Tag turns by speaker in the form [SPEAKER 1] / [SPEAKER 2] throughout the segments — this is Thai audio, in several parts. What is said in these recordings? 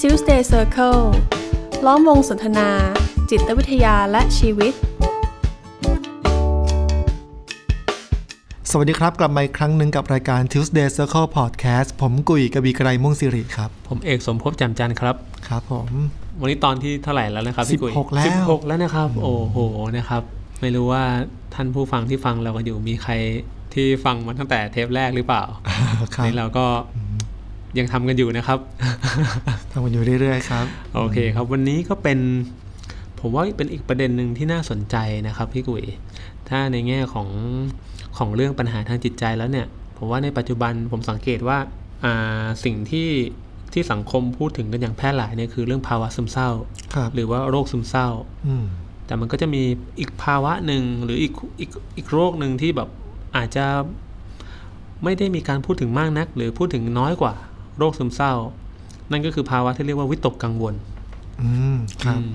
[SPEAKER 1] Tuesday Circle ล้อมวงสนทนา จิตวิทยาและชีวิต
[SPEAKER 2] สวัสดีครับ กลับมาอีกครั้งหนึ่งกับรายการ Tuesday Circle Podcast ผมกุยกบีไกรม่วงสิริครับ
[SPEAKER 3] ผมเอกสมภพแจ่มจันทร์ครับ
[SPEAKER 2] ครับผม
[SPEAKER 3] วันนี้ตอนที่เท่าไหร่แล้วนะครับพี่กุย
[SPEAKER 2] 16แล้ว
[SPEAKER 3] สิบหกแล้วนะครับ โอ้โหนะครับ ไม่รู้ว่าท่านผู้ฟังที่ฟังเรากันอยู่มีใครที่ฟังมาตั้งแต่เทปแรกหรือเปล่า
[SPEAKER 2] ครับ
[SPEAKER 3] นี่เราก็ยังทำกันอยู่นะครับ
[SPEAKER 2] ทำกันอยู่เรื่อยๆครับ
[SPEAKER 3] โอเคครับวันนี้ก็เป็น ผมว่าเป็นอีกประเด็นหนึ่งที่น่าสนใจนะครับพี่กุยถ้าในแง่ของของเรื่องปัญหาทางจิตใจแล้วเนี่ย ผมว่าในปัจจุบันผมสังเกตว่าอ่าสิ่งที่ที่สังคมพูดถึงกันอย่างแพร่หลายเนี่ยคือเรื่องภาวะซึมเศร้า
[SPEAKER 2] ครับ
[SPEAKER 3] หรือว่าโรคซึมเศร้า
[SPEAKER 2] อืม
[SPEAKER 3] แต่มันก็จะมีอีกภาวะหนึ่งหรืออีกอีกอีกโรคหนึ่งที่แบบอาจจะไม่ได้มีการพูดถึงมากนัก หรือพูดถึงน้อยกว่าโรคซึมเศร้า นั่นก็คือภาวะที่เรียกว่าวิตกกังวล
[SPEAKER 2] อืมครับ
[SPEAKER 3] อืม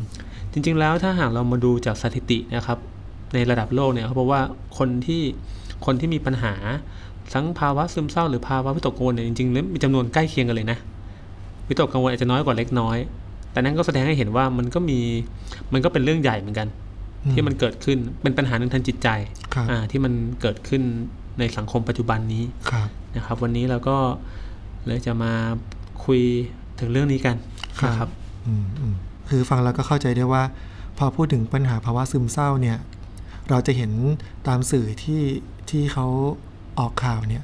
[SPEAKER 3] จริงๆแล้วถ้าหากเรามาดูจากสถิตินะครับ ในระดับโลกเนี่ยเขาบอกว่าคนที่คนที่มีปัญหาทั้งภาวะซึมเศร้าหรือภาวะวิตกกังวลเนี่ยจริงๆแล้วมีจำนวนใกล้เคียงกันเลยนะวิตกกังวลอาจจะน้อยกว่าเล็กน้อย แต่นั่นก็แสดงให้เห็นว่ามันก็มีมันก็เป็นเรื่องใหญ่เหมือนกัน
[SPEAKER 2] อืม
[SPEAKER 3] ที่มันเกิดขึ้นเป็นปัญหาหนึ่งทางจิตใจ
[SPEAKER 2] ครับ
[SPEAKER 3] อ่าที่มันเกิดขึ้นในสังคมปัจจุบันนี้
[SPEAKER 2] ครับ
[SPEAKER 3] นะครับวันนี้เราก็เลยจะมาคุยถึงเรื่องนี้กัน
[SPEAKER 2] ครับ
[SPEAKER 3] นะครับ
[SPEAKER 2] อืมอืมคือฟังแล้วก็เข้าใจได้ว่า พอพูดถึงปัญหาภาวะซึมเศร้าเนี่ย เราจะเห็นตามสื่อที่ที่เขาออกข่าวเนี่ย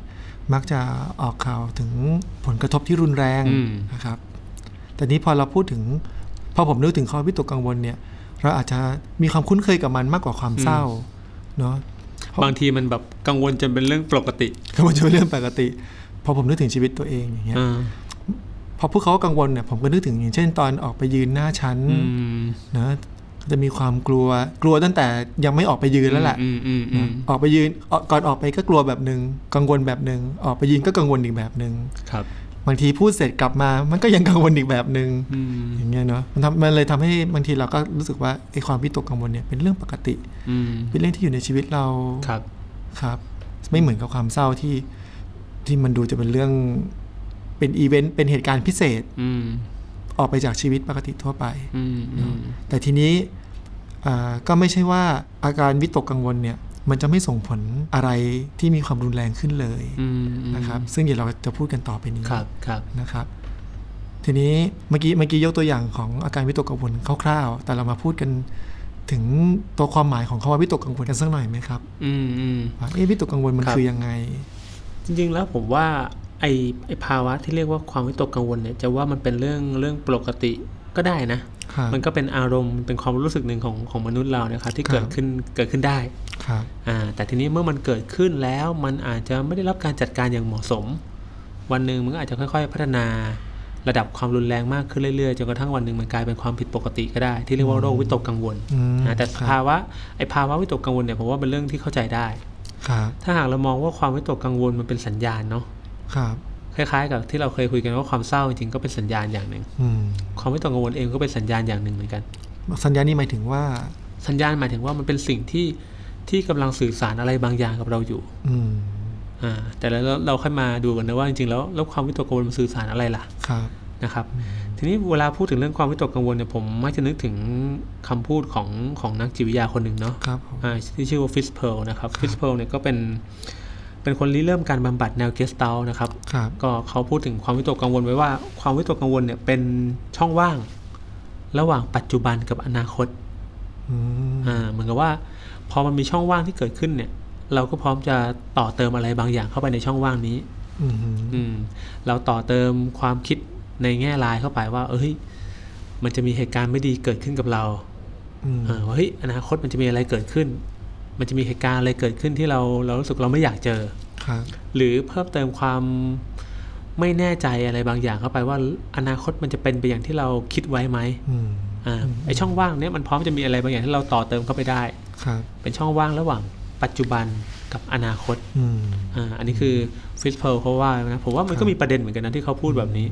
[SPEAKER 2] มักจะออกข่าวถึงผลกระทบที่รุนแรง
[SPEAKER 3] อืม
[SPEAKER 2] นะครับ แต่นี้พอเราพูดถึง พอผมนึกถึงข้อวิตกกังวลเนี่ย เราอาจจะมีความคุ้นเคยกับมันมากกว่าความเศร้าเนาะ เพราะ
[SPEAKER 3] บางทีมันแบบกังวลจนเป็นเรื่องปกติ
[SPEAKER 2] ก็มันจะเป็นเรื่องปกติ พอผมนึกถึงชีวิตตัวเองอย่างเงี้ย
[SPEAKER 3] อ่า
[SPEAKER 2] พอพวกเขากังวลเนี่ยผมก็นึกถึงอย่างเช่นตอนออกไปยืนหน้าชั้น
[SPEAKER 3] อืม
[SPEAKER 2] นะจะมีความกลัวกลัวตั้งแต่ยังไม่ออกไปยืนแล้วแหละ
[SPEAKER 3] อืมอืมอื
[SPEAKER 2] นะ
[SPEAKER 3] ม
[SPEAKER 2] ออกไปยืนออกก่อนออกไปก็กลัวแบบหนึ่งกังวลแบบหนึ่งออกไปยืนก็กังวลอีกแบบหนึ่ง
[SPEAKER 3] ครับ
[SPEAKER 2] บางทีพูดเสร็จกลับมา มันก็ยังกังวลอีกแบบหนึ่ง
[SPEAKER 3] อืม
[SPEAKER 2] อย่างเงี้ยเนาะมันทำมันเลยทำให้บางทีเราก็รู้สึกว่าไอ้ความวิตกกังวลเนี่ยเป็นเรื่องปกติ
[SPEAKER 3] อืม
[SPEAKER 2] เป็นเรื่องที่อยู่ในชีวิตเรา
[SPEAKER 3] ครับ
[SPEAKER 2] ครับ ไม่เหมือนกับความเศร้าที่ที่มันดูจะเป็นเรื่องเป็นอีเวนต์เป็นเหตุการณ์พิเศษ
[SPEAKER 3] อืม
[SPEAKER 2] ออกไปจากชีวิตปกติทั่วไป
[SPEAKER 3] อืมอืม
[SPEAKER 2] แต่ทีนี้อ่าก็ไม่ใช่ว่าอาการวิตกกังวลเนี่ย มันจะไม่ส่งผลอะไรที่มีความรุนแรงขึ้นเลย
[SPEAKER 3] อืม
[SPEAKER 2] นะครับ ซึ่งเดี๋ยวเราจะพูดกันต่อไปนี้
[SPEAKER 3] ครับครับ
[SPEAKER 2] นะครับ ทีนี้เมื่อกี้เมื่อกี้ยกตัวอย่างของอาการวิตกกังวลคร่าวๆ แต่เรามาพูดกันถึงตัวความหมายของคำว่าวิตกกังวลกันสักหน่อยไหมครับ
[SPEAKER 3] อืมอืม
[SPEAKER 2] ว่าเอ๊ะวิตกกังวลมัน
[SPEAKER 3] ครับ
[SPEAKER 2] คือยังไง
[SPEAKER 3] จริงๆแล้วผมว่าไอ้ไอ้ภาวะที่เรียกว่าความวิตกกังวลเนี่ยจะว่ามันเป็นเรื่องเรื่องปกติก็ได้นะ
[SPEAKER 2] ครับ
[SPEAKER 3] มันก็เป็นอารมณ์เป็นความรู้สึกหนึ่งของของมนุษย์เรานะครับที่
[SPEAKER 2] ครับ
[SPEAKER 3] เกิดขึ้นเกิดขึ้นได้
[SPEAKER 2] ครับ
[SPEAKER 3] อ่าแต่ทีนี้เมื่อมันเกิดขึ้นแล้วมันอาจจะไม่ได้รับการจัดการอย่างเหมาะสม วันหนึ่งมันก็อาจจะค่อย ๆ พัฒนาระดับความรุนแรงมากขึ้นเรื่อยๆจนกระทั่งวันหนึ่งมันกลายเป็นความผิดปกติก็ได้ ที่เรียกว่าโรควิตกกังวล
[SPEAKER 2] อืม
[SPEAKER 3] นะแต่
[SPEAKER 2] ครับ
[SPEAKER 3] ภาวะไอ้ภาวะวิตกกังวลเนี่ยผมว่าเป็นเรื่องที่เข้าใจได้
[SPEAKER 2] ครับ
[SPEAKER 3] ถ้าหากเรามองว่าความวิตกกังวลมันเป็นสัญญาณเนาะ
[SPEAKER 2] ครับ
[SPEAKER 3] คล้ายๆ กับที่เราเคยคุยกันว่าความเศร้าจริงๆก็เป็นสัญญาณอย่างหนึ่ง
[SPEAKER 2] อืม
[SPEAKER 3] ความวิตกกังวลเองก็เป็นสัญญาณอย่างหนึ่งเหมือนกัน
[SPEAKER 2] สัญญานี้หมายถึงว่า
[SPEAKER 3] สัญญาณหมายถึงว่ามันเป็นสิ่งที่ที่กำลังสื่อสารอะไรบางอย่างกับเราอยู่
[SPEAKER 2] อืม
[SPEAKER 3] อ่า แต่แล้วเราเราค่อยมาดูกันนะว่าจริงๆแล้วแล้วความวิตกกังวลมันสื่อสารอะไรล่ะ
[SPEAKER 2] ครับ
[SPEAKER 3] นะครับ ทีนี้เวลาพูดถึงเรื่องความวิตกกังวลเนี่ยผมมักจะนึกถึงคำพูดของของนักจิตวิทยาคนหนึ่งเนาะ
[SPEAKER 2] ครับผม
[SPEAKER 3] อ่าที่ชื่อว่าฟิสเพลนะครับ ฟิสเพลเนี่ยก็เป็นเป็นคนริเริ่มการบำบัดแนวเกสตัลนะครับ
[SPEAKER 2] ครับ
[SPEAKER 3] ก็เขาพูดถึงความวิตกกังวลไว้ว่าความวิตกกังวลเนี่ยเป็นช่องว่าง ระหว่างปัจจุบันกับอนาคต
[SPEAKER 2] อืม
[SPEAKER 3] อ่าเหมือนกับว่า พอมันมีช่องว่างที่เกิดขึ้นเนี่ย เราก็พร้อมจะต่อเติมอะไรบางอย่างเข้าไปในช่องว่างนี้
[SPEAKER 2] อืม
[SPEAKER 3] อืมเราต่อเติมความคิดในแง่ร้ายเข้าไปว่า เอ้ยมันจะมีเหตุการณ์ไม่ดีเกิดขึ้นกับเรา
[SPEAKER 2] อืม
[SPEAKER 3] เออว่าเฮ้ยอนาคตมันจะมีอะไรเกิดขึ้น มันจะมีเหตุการณ์อะไรเกิดขึ้นที่เราเรารู้สึกเราไม่อยากเจอ
[SPEAKER 2] ครับ
[SPEAKER 3] หรือเพิ่มเติมความไม่แน่ใจอะไรบางอย่างเข้าไปว่าอนาคตมันจะเป็นไปอย่างที่เราคิดไว้ไหม
[SPEAKER 2] อืม
[SPEAKER 3] อ่าไอช่องว่างเนี้ยมันพร้อมจะมีอะไรบางอย่างที่เราต่อเติมเข้าไปได้
[SPEAKER 2] ครับ
[SPEAKER 3] เป็นช่องว่างระหว่างปัจจุบันกับอนาคต
[SPEAKER 2] อืม
[SPEAKER 3] อ่าอันนี้คือฟิสเพลเขาว่านะผมว่ามันก็มีประเด็นเหมือนกันนะที่เขาพูดแบบนี้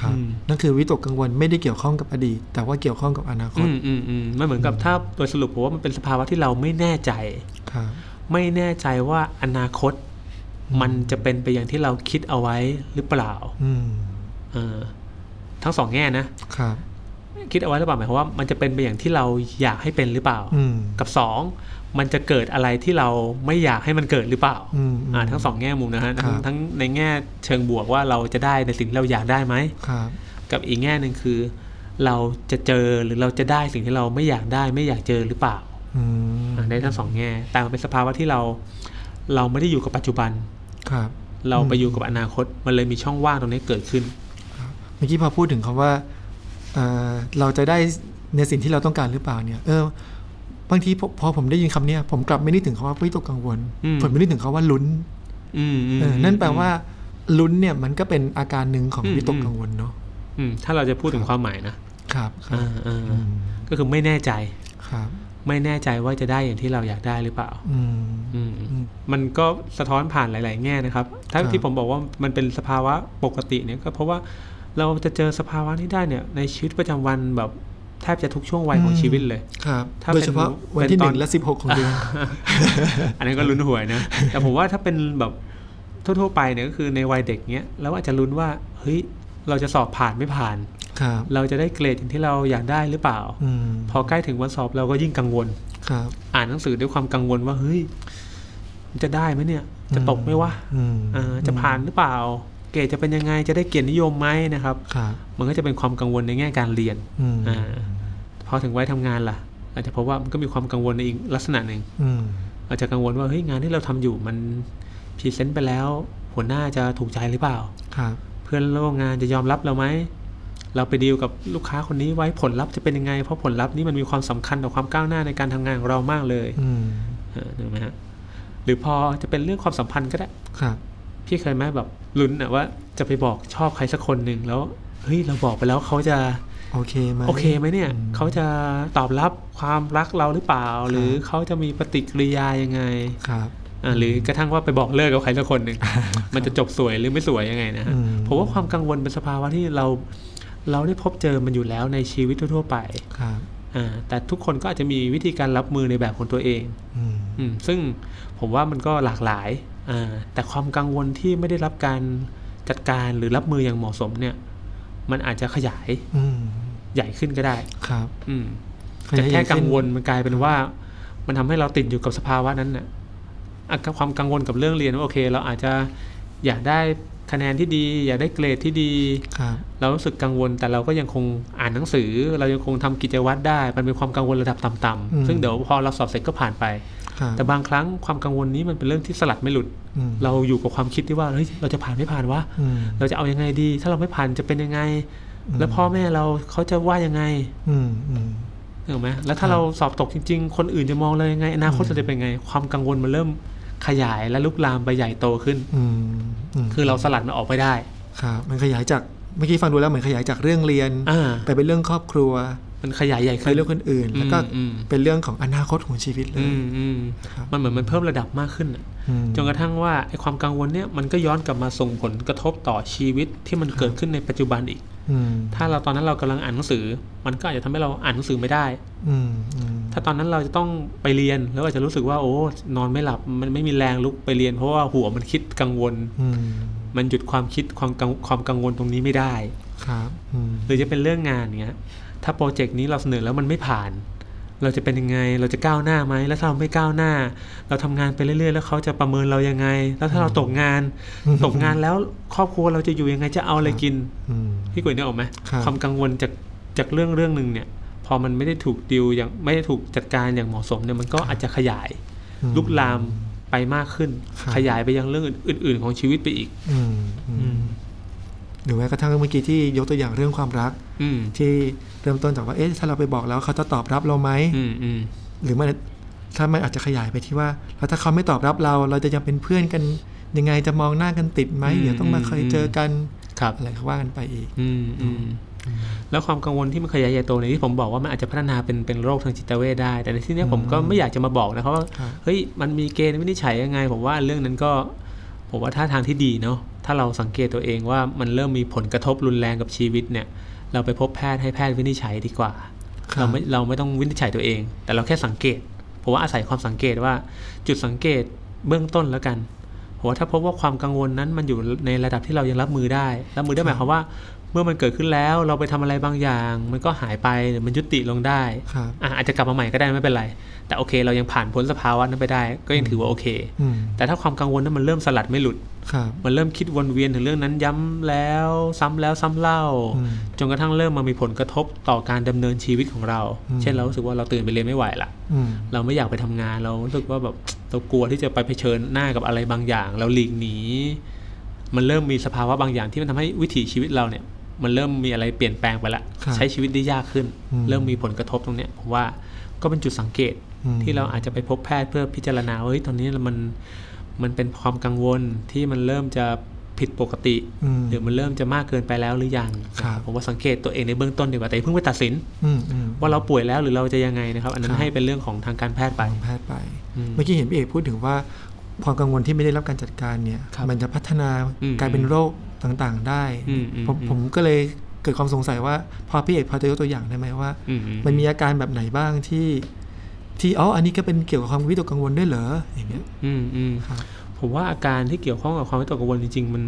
[SPEAKER 2] ครับ
[SPEAKER 3] อืม
[SPEAKER 2] นั่นคือวิตกกังวลไม่ได้เกี่ยวข้องกับอดีต แต่ว่าเกี่ยวข้องกับอนาค
[SPEAKER 3] อื
[SPEAKER 2] ต
[SPEAKER 3] มอืมอืมมันเหมือนกับถ้าโดยสรุปผมว่ามันเป็นสภาวะที่เราไม่แน่ใจ
[SPEAKER 2] ครับ
[SPEAKER 3] ไม่แน่ใจว่าอนาคตมันจะเป็นไปอย่างที่เราคิดเอาไว้หรือเปล่า
[SPEAKER 2] อืม
[SPEAKER 3] เออ ทั้งสองแง่นะ
[SPEAKER 2] ครับ
[SPEAKER 3] คิดเอาไว้หรือเปล่าหมายความว่ามันจะเป็นไปอย่างที่เราอยากให้เป็นหรือเปล่า
[SPEAKER 2] อืม
[SPEAKER 3] กับสองมันจะเกิดอะไรที่เราไม่อยากให้มันเกิดหรือเปล่า
[SPEAKER 2] อืมม
[SPEAKER 3] อ่าทั้งสองแง่มุมนะฮะทั้ง
[SPEAKER 2] ครับ
[SPEAKER 3] ทั้งในแง่เชิงบวกว่าเราจะได้ในสิ่งที่เราอยากได้ไหม
[SPEAKER 2] ครับ
[SPEAKER 3] กับอีกแง่หนึ่งคือ เราจะเจอหรือเราจะได้สิ่งที่เราไม่อยากได้ไม่อยากเจอหรือเปล่า
[SPEAKER 2] อืม
[SPEAKER 3] อ่ะได้ทั้งสองแง่แต่มันเป็นสภาวะที่เรา เราไม่ได้อยู่กับปัจจุบัน
[SPEAKER 2] ครับ
[SPEAKER 3] เราไปอยู่กับอนาคต มันเลยมีช่องว่างตรงนี้เกิดขึ้น
[SPEAKER 2] เมื่อกี้พอพูดถึงคำว่าเอ่อเราจะได้ในสิ่งที่เราต้องการหรือเปล่าเนี่ย เออบางทีพอพอผมได้ยินคำเนี้ยผมกลับไม่นึกถึงคำว่าวิตกกังวล
[SPEAKER 3] อืม
[SPEAKER 2] ผมไม่นึกถึงคำว่าลุ้น
[SPEAKER 3] อืมอืม
[SPEAKER 2] เออ
[SPEAKER 3] อืม
[SPEAKER 2] นั่นแปลว่าลุ้นเนี่ยมันก็เป็นอาการหนึ่งของ
[SPEAKER 3] อืม
[SPEAKER 2] วิตกกังวลเนาะ
[SPEAKER 3] อืมถ้าเราจะพูดถึงความหมายนะครับ
[SPEAKER 2] ครั
[SPEAKER 3] อ่า
[SPEAKER 2] บ
[SPEAKER 3] อ่า
[SPEAKER 2] อื
[SPEAKER 3] อ่าม ก็คือไม่แน่ใจ
[SPEAKER 2] ครับ
[SPEAKER 3] ไม่แน่ใจว่าจะได้อย่างที่เราอยากได้หรือเปล่า
[SPEAKER 2] อืม
[SPEAKER 3] อืม
[SPEAKER 2] อืม
[SPEAKER 3] มันก็สะท้อนผ่านหลาย ๆ แง่นะครับ ถ้า
[SPEAKER 2] ครับ
[SPEAKER 3] ที่ผมบอกว่ามันเป็นสภาวะปกติเนี่ยก็เพราะว่าเราจะเจอสภาวะนี้ได้เนี่ยในชีวิตประจำวันแบบแทบจะทุกช่วงวัยของชีวิตเลย
[SPEAKER 2] ครับ
[SPEAKER 3] ถ้า
[SPEAKER 2] โดยเฉพาะ
[SPEAKER 3] เป็น
[SPEAKER 2] วันที่ห
[SPEAKER 3] เป็นตอน
[SPEAKER 2] นึ่งและสิบหกของเดือน
[SPEAKER 3] อันนั้นก็ลุ้นหวยนะ แต่ผมว่าถ้าเป็นแบบทั่ว ๆ ไปเนี่ยก็คือในวัยเด็กเนี้ยเราอาจจะลุ้นว่าเฮ้ยเราจะสอบผ่านไม่ผ่าน
[SPEAKER 2] ครับ
[SPEAKER 3] เราจะได้เกรดอย่างที่เราอยากได้หรือเปล่า
[SPEAKER 2] อืม
[SPEAKER 3] พอใกล้ถึงวันสอบเราก็ยิ่งกังวล
[SPEAKER 2] ครับ
[SPEAKER 3] อ่านหนังสือด้วยความกังวลว่าเฮ้ยมันจะได้ไหมเนี่ย จะตกไหมวะ
[SPEAKER 2] อืม
[SPEAKER 3] อ่าจะผ่านหรือเปล่า เกรดจะเป็นยังไงจะได้เกียรตินิยมไหมนะครับ
[SPEAKER 2] ครับ
[SPEAKER 3] มันก็จะเป็นความกังวลในแง่การเรียน
[SPEAKER 2] อืม
[SPEAKER 3] อ่าพอถึงวัยทำงานล่ะ อาจจะพบว่ามันก็มีความกังวลในอีกลักษณะหนึ่ง
[SPEAKER 2] อืม
[SPEAKER 3] อาจจะกังวลว่าเฮ้ยงานที่เราทำอยู่มันพรีเซนต์ไปแล้ว หัวหน้าจะถูกใจหรือเปล่า
[SPEAKER 2] ครับ
[SPEAKER 3] เพื่อนร่วมงานจะยอมรับเราไหมเราไปดีลกับลูกค้าคนนี้ไว้ผลลัพธ์จะเป็นยังไง เพราะผลลัพธ์นี้มันมีความสำคัญต่อความก้าวหน้าในการทำงานของเรามากเลย
[SPEAKER 2] อืม
[SPEAKER 3] เออถูกไหมฮะหรือพอจะเป็นเรื่องความสัมพันธ์ก็ได้
[SPEAKER 2] ครับ
[SPEAKER 3] พี่เคยไหมแบบลุ้นอะว่าจะไปบอกชอบใครสักคนหนึ่งแล้วเฮ้ยเราบอกไปแล้วเขาจะ
[SPEAKER 2] โอเคไหม
[SPEAKER 3] โอเคไหมเนี่ย
[SPEAKER 2] อืม
[SPEAKER 3] เขาจะตอบรับความรักเราหรือเปล่า หรือเขาจะมีปฏิกิริยายังไง
[SPEAKER 2] ครับ
[SPEAKER 3] อ่ะหรือกระทั่งว่าไปบอกเลิกกับใครสักคน หนึ่งมันจะจบสวยหรือไม่สวยยังไงนะฮะ
[SPEAKER 2] อืม
[SPEAKER 3] ผมว่าความกังวลเป็นสภาวะที่เราเราได้พบเจอมันอยู่แล้วในชีวิตทั่วๆไป
[SPEAKER 2] ครับ
[SPEAKER 3] อ่าแต่ทุกคนก็อาจจะมีวิธีการรับมือในแบบของตัวเอง
[SPEAKER 2] อืม
[SPEAKER 3] อืมซึ่งผมว่ามันก็หลากหลายอ่าแต่ความกังวลที่ไม่ได้รับการจัดการหรือรับมืออย่างเหมาะสมเนี่ย มันอาจจะขยาย
[SPEAKER 2] อืม
[SPEAKER 3] ใหญ่ขึ้นก็ได้
[SPEAKER 2] ครับ
[SPEAKER 3] อืมจา
[SPEAKER 2] ขา
[SPEAKER 3] ย
[SPEAKER 2] ย
[SPEAKER 3] แค่
[SPEAKER 2] ใหญ่
[SPEAKER 3] กั
[SPEAKER 2] ขึ้
[SPEAKER 3] ง
[SPEAKER 2] น
[SPEAKER 3] วลมันกลายเป็นว่า มันทำให้เราติดอยู่กับสภาวะนั้นน่ะอ่ะกับความกังวลกับเรื่องเรียนว่าโอเค เราอาจจะอยากได้คะแนนที่ดี อยากได้เกรดที่ดี
[SPEAKER 2] ครับ
[SPEAKER 3] เรารู้สึกกังวลแต่เราก็ยังคงอ่านหนังสือ เรายังคงทำกิจวัตรได้ มันเป็นความกังวลระดับต่ำ
[SPEAKER 2] อืม
[SPEAKER 3] ๆซึ่งเดี๋ยวพอเราสอบเสร็จก็ผ่านไป
[SPEAKER 2] ครับ
[SPEAKER 3] แต่บางครั้งความกังวลนี้มันเป็นเรื่องที่สลัดไม่หลุด
[SPEAKER 2] อืม
[SPEAKER 3] เราอยู่กับความคิดที่ว่าเฮ้ยเราจะผ่านไม่ผ่านวะ
[SPEAKER 2] อืม
[SPEAKER 3] เราจะเอายังไงดี ถ้าเราไม่ผ่านจะเป็นยังไง
[SPEAKER 2] อืม
[SPEAKER 3] แล้วพ่อแม่เราเขาจะว่ายังไง
[SPEAKER 2] อืมอืม
[SPEAKER 3] ถูกไหมแล้วถ้า
[SPEAKER 2] ครับ
[SPEAKER 3] เราสอบตกจริง ๆ คนอื่นจะมองเรายังไงอนาคต
[SPEAKER 2] อืม
[SPEAKER 3] เราจะเป็นยังไง ความกังวลมันเริ่มขยายและลุกลามไปใหญ่โตขึ้น
[SPEAKER 2] อืมอืม
[SPEAKER 3] คือเราสลัดมันออกไปได้
[SPEAKER 2] ครับ มันขยายจาก เมื่อกี้ฟังดูแล้วเหมือนขยายจากเรื่องเรียน
[SPEAKER 3] อ่า
[SPEAKER 2] ไปเป็นเรื่องครอบครัว
[SPEAKER 3] มันขยายใหญ่
[SPEAKER 2] ไป
[SPEAKER 3] ขึ้น
[SPEAKER 2] เรื่องคนอื่น แล้วก็
[SPEAKER 3] อืม
[SPEAKER 2] เป็นเรื่องของอนาคตของชีวิตเล
[SPEAKER 3] อื
[SPEAKER 2] ย
[SPEAKER 3] มอืม
[SPEAKER 2] ครับ
[SPEAKER 3] มันเหมือนมันเพิ่มระดับมากขึ้นอะ
[SPEAKER 2] อืม
[SPEAKER 3] จนกระทั่งว่าไอ้ความกังวลเนี่ยมันก็ย้อนกลับมาส่งผลกระทบต่อชีวิตที่มันเกิดขึ้นในปัจจุบันอีก
[SPEAKER 2] อืม
[SPEAKER 3] ถ้าเราตอนนั้นเรากำลังอ่านหนังสือ มันก็อาจจะทำให้เราอ่านหนังสือไม่ได้
[SPEAKER 2] อืมอืม
[SPEAKER 3] ถ้าตอนนั้นเราจะต้องไปเรียนแล้วอาจจะรู้สึกว่าโอ้นอนไม่หลับมันไม่มีแรงลุกไปเรียน เพราะว่าหัวมันคิดกังวล
[SPEAKER 2] อืม
[SPEAKER 3] มันหยุดความคิดความกังความกังวลตรงนี้ไม่ได้
[SPEAKER 2] ครับอืม
[SPEAKER 3] หรือจะเป็นเรื่องงานเนี้ยถ้าโปรเจกต์นี้เราเสนอแล้วมันไม่ผ่าน เราจะเป็นยังไงเราจะก้าวหน้าไหมแล้วถ้าเราไม่ก้าวหน้า เราทำงานไปเรื่อยๆ แล้วเขาจะประเมินเรายังไง แล้วถ้าเราตกงาน ตกงานแล้วครอบครัวเราจะอยู่ยังไงจะเอาอะไรกิน
[SPEAKER 2] อืม
[SPEAKER 3] พี่กุ้ยนึกออกไหม
[SPEAKER 2] ครับ
[SPEAKER 3] ความกังวลจากจากเรื่องเรื่องหนึ่งเนี่ย พอมันไม่ได้ถูกดิวอย่างไม่ได้ถูกจัดการอย่างเหมาะสมเนี่ยมันก็อาจจะขยาย
[SPEAKER 2] อืม
[SPEAKER 3] ลุกลามไปมากขึ้น
[SPEAKER 2] ครับ
[SPEAKER 3] ขยายไปยังเรื่องอื่น ๆ ของชีวิตไปอีก
[SPEAKER 2] อืมอืมหรือแม้กระทั่งเมื่อกี้ที่ยกตัวอย่างเรื่องความรัก
[SPEAKER 3] อืม
[SPEAKER 2] ที่เริ่มต้นจากว่าเอ๊ะถ้าเราไปบอกแล้วเขาจะตอบรับเราไหม
[SPEAKER 3] อืมอืม
[SPEAKER 2] หรือมันถ้ามันอาจจะขยายไปที่ว่าแล้วถ้าเขาไม่ตอบรับเรา เราจะยังเป็นเพื่อนกันยังไงจะมองหน้ากันติดไหมเดี๋ยวต้องมาเคยเจอกัน
[SPEAKER 3] ครับ
[SPEAKER 2] อะไรก็ว่ากันไปอีก
[SPEAKER 3] อืมอืมแล้วความกังวลที่มันขยายใหญ่โตในยที่ผมบอกว่ามันอาจจะพัฒนาเป็นเป็นโรคทางจิตเวชได้ แต่ในที่เนี้ยผมก็ไม่อยากจะมาบอกนะครับว่า
[SPEAKER 2] ครับ
[SPEAKER 3] เฮ้ยมันมีเกณฑ์วินิจฉัยยังไง ผมว่าเรื่องนั้นก็ ผมว่าท่าทางที่ดีเนาะถ้าเราสังเกตตัวเองว่ามันเริ่มมีผลกระทบรุนแรงกับชีวิตเนี่ย เราไปพบแพทย์ให้แพทย์วินิจฉัยดีกว่า
[SPEAKER 2] ครับ
[SPEAKER 3] เราไม่เราไม่ต้องวินิจฉัยตัวเอง แต่เราแค่สังเกตผมว่าอาศัยความสังเกตว่าจุดสังเกตเบื้องต้นแล้วกันผมว่าถ้าพบว่าความกังวลนั้นมันอยู่ในระดับที่เรายังรับมือได้ รับมือได้หมายความว่า เมื่อมันเกิดขึ้นแล้วเราไปทำอะไรบางอย่าง มันก็หายไปหรือมันยุติลงได้
[SPEAKER 2] ครับ
[SPEAKER 3] อ่ะอาจจะกลับมาใหม่ก็ได้ไม่เป็นไร แต่โอเค เรายังผ่านพ้นสภาวะนั้นไปได้ ก็ยังถือว่าโอเค
[SPEAKER 2] อืม
[SPEAKER 3] แต่ถ้าความกังวลนั้นมันเริ่มสลัดไม่หลุด
[SPEAKER 2] ครับ
[SPEAKER 3] มันเริ่มคิดวนเวียนถึงเรื่องนั้นย้ำแล้วซ้ำแล้วซ้ำเล่า
[SPEAKER 2] อืม
[SPEAKER 3] จนกระทั่งเริ่มมามีผลกระทบต่อการดำเนินชีวิตของเรา
[SPEAKER 2] อืม
[SPEAKER 3] เช่นเรารู้สึกว่าเราตื่นไปเรียนไม่ไหวละ
[SPEAKER 2] อืม
[SPEAKER 3] เราไม่อยากไปทำงานเรารู้สึกว่าแบบ เรากลัวที่จะไปเผชิญหน้ากับอะไรบางอย่าง เราหลีกหนี มันเริ่มมีสภาวะบางอย่างที่มันทำให้วิถีชีวิตเราเนี่ย มันเริ่มมีอะไรเปลี่ยนแปลงไปละ
[SPEAKER 2] ครับ
[SPEAKER 3] ใช้ชีวิตได้ยากขึ้น
[SPEAKER 2] อืม
[SPEAKER 3] เริ่มมีผลกระทบตรงเนี้ยผมว่าก็เป็นจุดสังเกต
[SPEAKER 2] อืม
[SPEAKER 3] ที่เราอาจจะไปพบแพทย์เพื่อพิจารณาว่าเฮ้ยตอนนี้มันมันเป็นความกังวลที่มันเริ่มจะผิดปกติ
[SPEAKER 2] อืม
[SPEAKER 3] หรือมันเริ่มจะมากเกินไปแล้วหรือยัง
[SPEAKER 2] ครับ
[SPEAKER 3] ผมว่าสังเกตตัวเองในเบื้องต้นดีกว่าแต่อย่าเพิ่งไปตัดสิน
[SPEAKER 2] อืมอืม
[SPEAKER 3] ว่าเราป่วยแล้วหรือเราจะยังไงนะครับ อันนั้
[SPEAKER 2] คน รับ
[SPEAKER 3] ให้เป็นเรื่องของทางการแพทย์ไป
[SPEAKER 2] ทางแพทย์ไป
[SPEAKER 3] อืม
[SPEAKER 2] เมื่อกี้เห็นพี่เอกพูดถึงว่าความกังวลที่ไม่ได้รับการจัดการเนี่ย
[SPEAKER 3] ครับ
[SPEAKER 2] มันจะพัฒนา
[SPEAKER 3] อืม
[SPEAKER 2] กลายเป็นโรคต่างๆ ได้
[SPEAKER 3] อืมอืม
[SPEAKER 2] ผม
[SPEAKER 3] อืม
[SPEAKER 2] ผมก็เลยเกิดความสงสัยว่า พอพี่เอกพอจะยกตัวอย่างได้ไหมว่า
[SPEAKER 3] อื
[SPEAKER 2] มันมีอาการแบบไหนบ้างที่ ที่อ๋ออันนี้ก็เป็นเกี่ยวกับความวิตกกังวลด้วยเหรออย่างเงี้ย
[SPEAKER 3] อืมอืม
[SPEAKER 2] ครับ
[SPEAKER 3] ผมว่าอาการที่เกี่ยวข้องกับความวิตกกังวลจริง ๆ มัน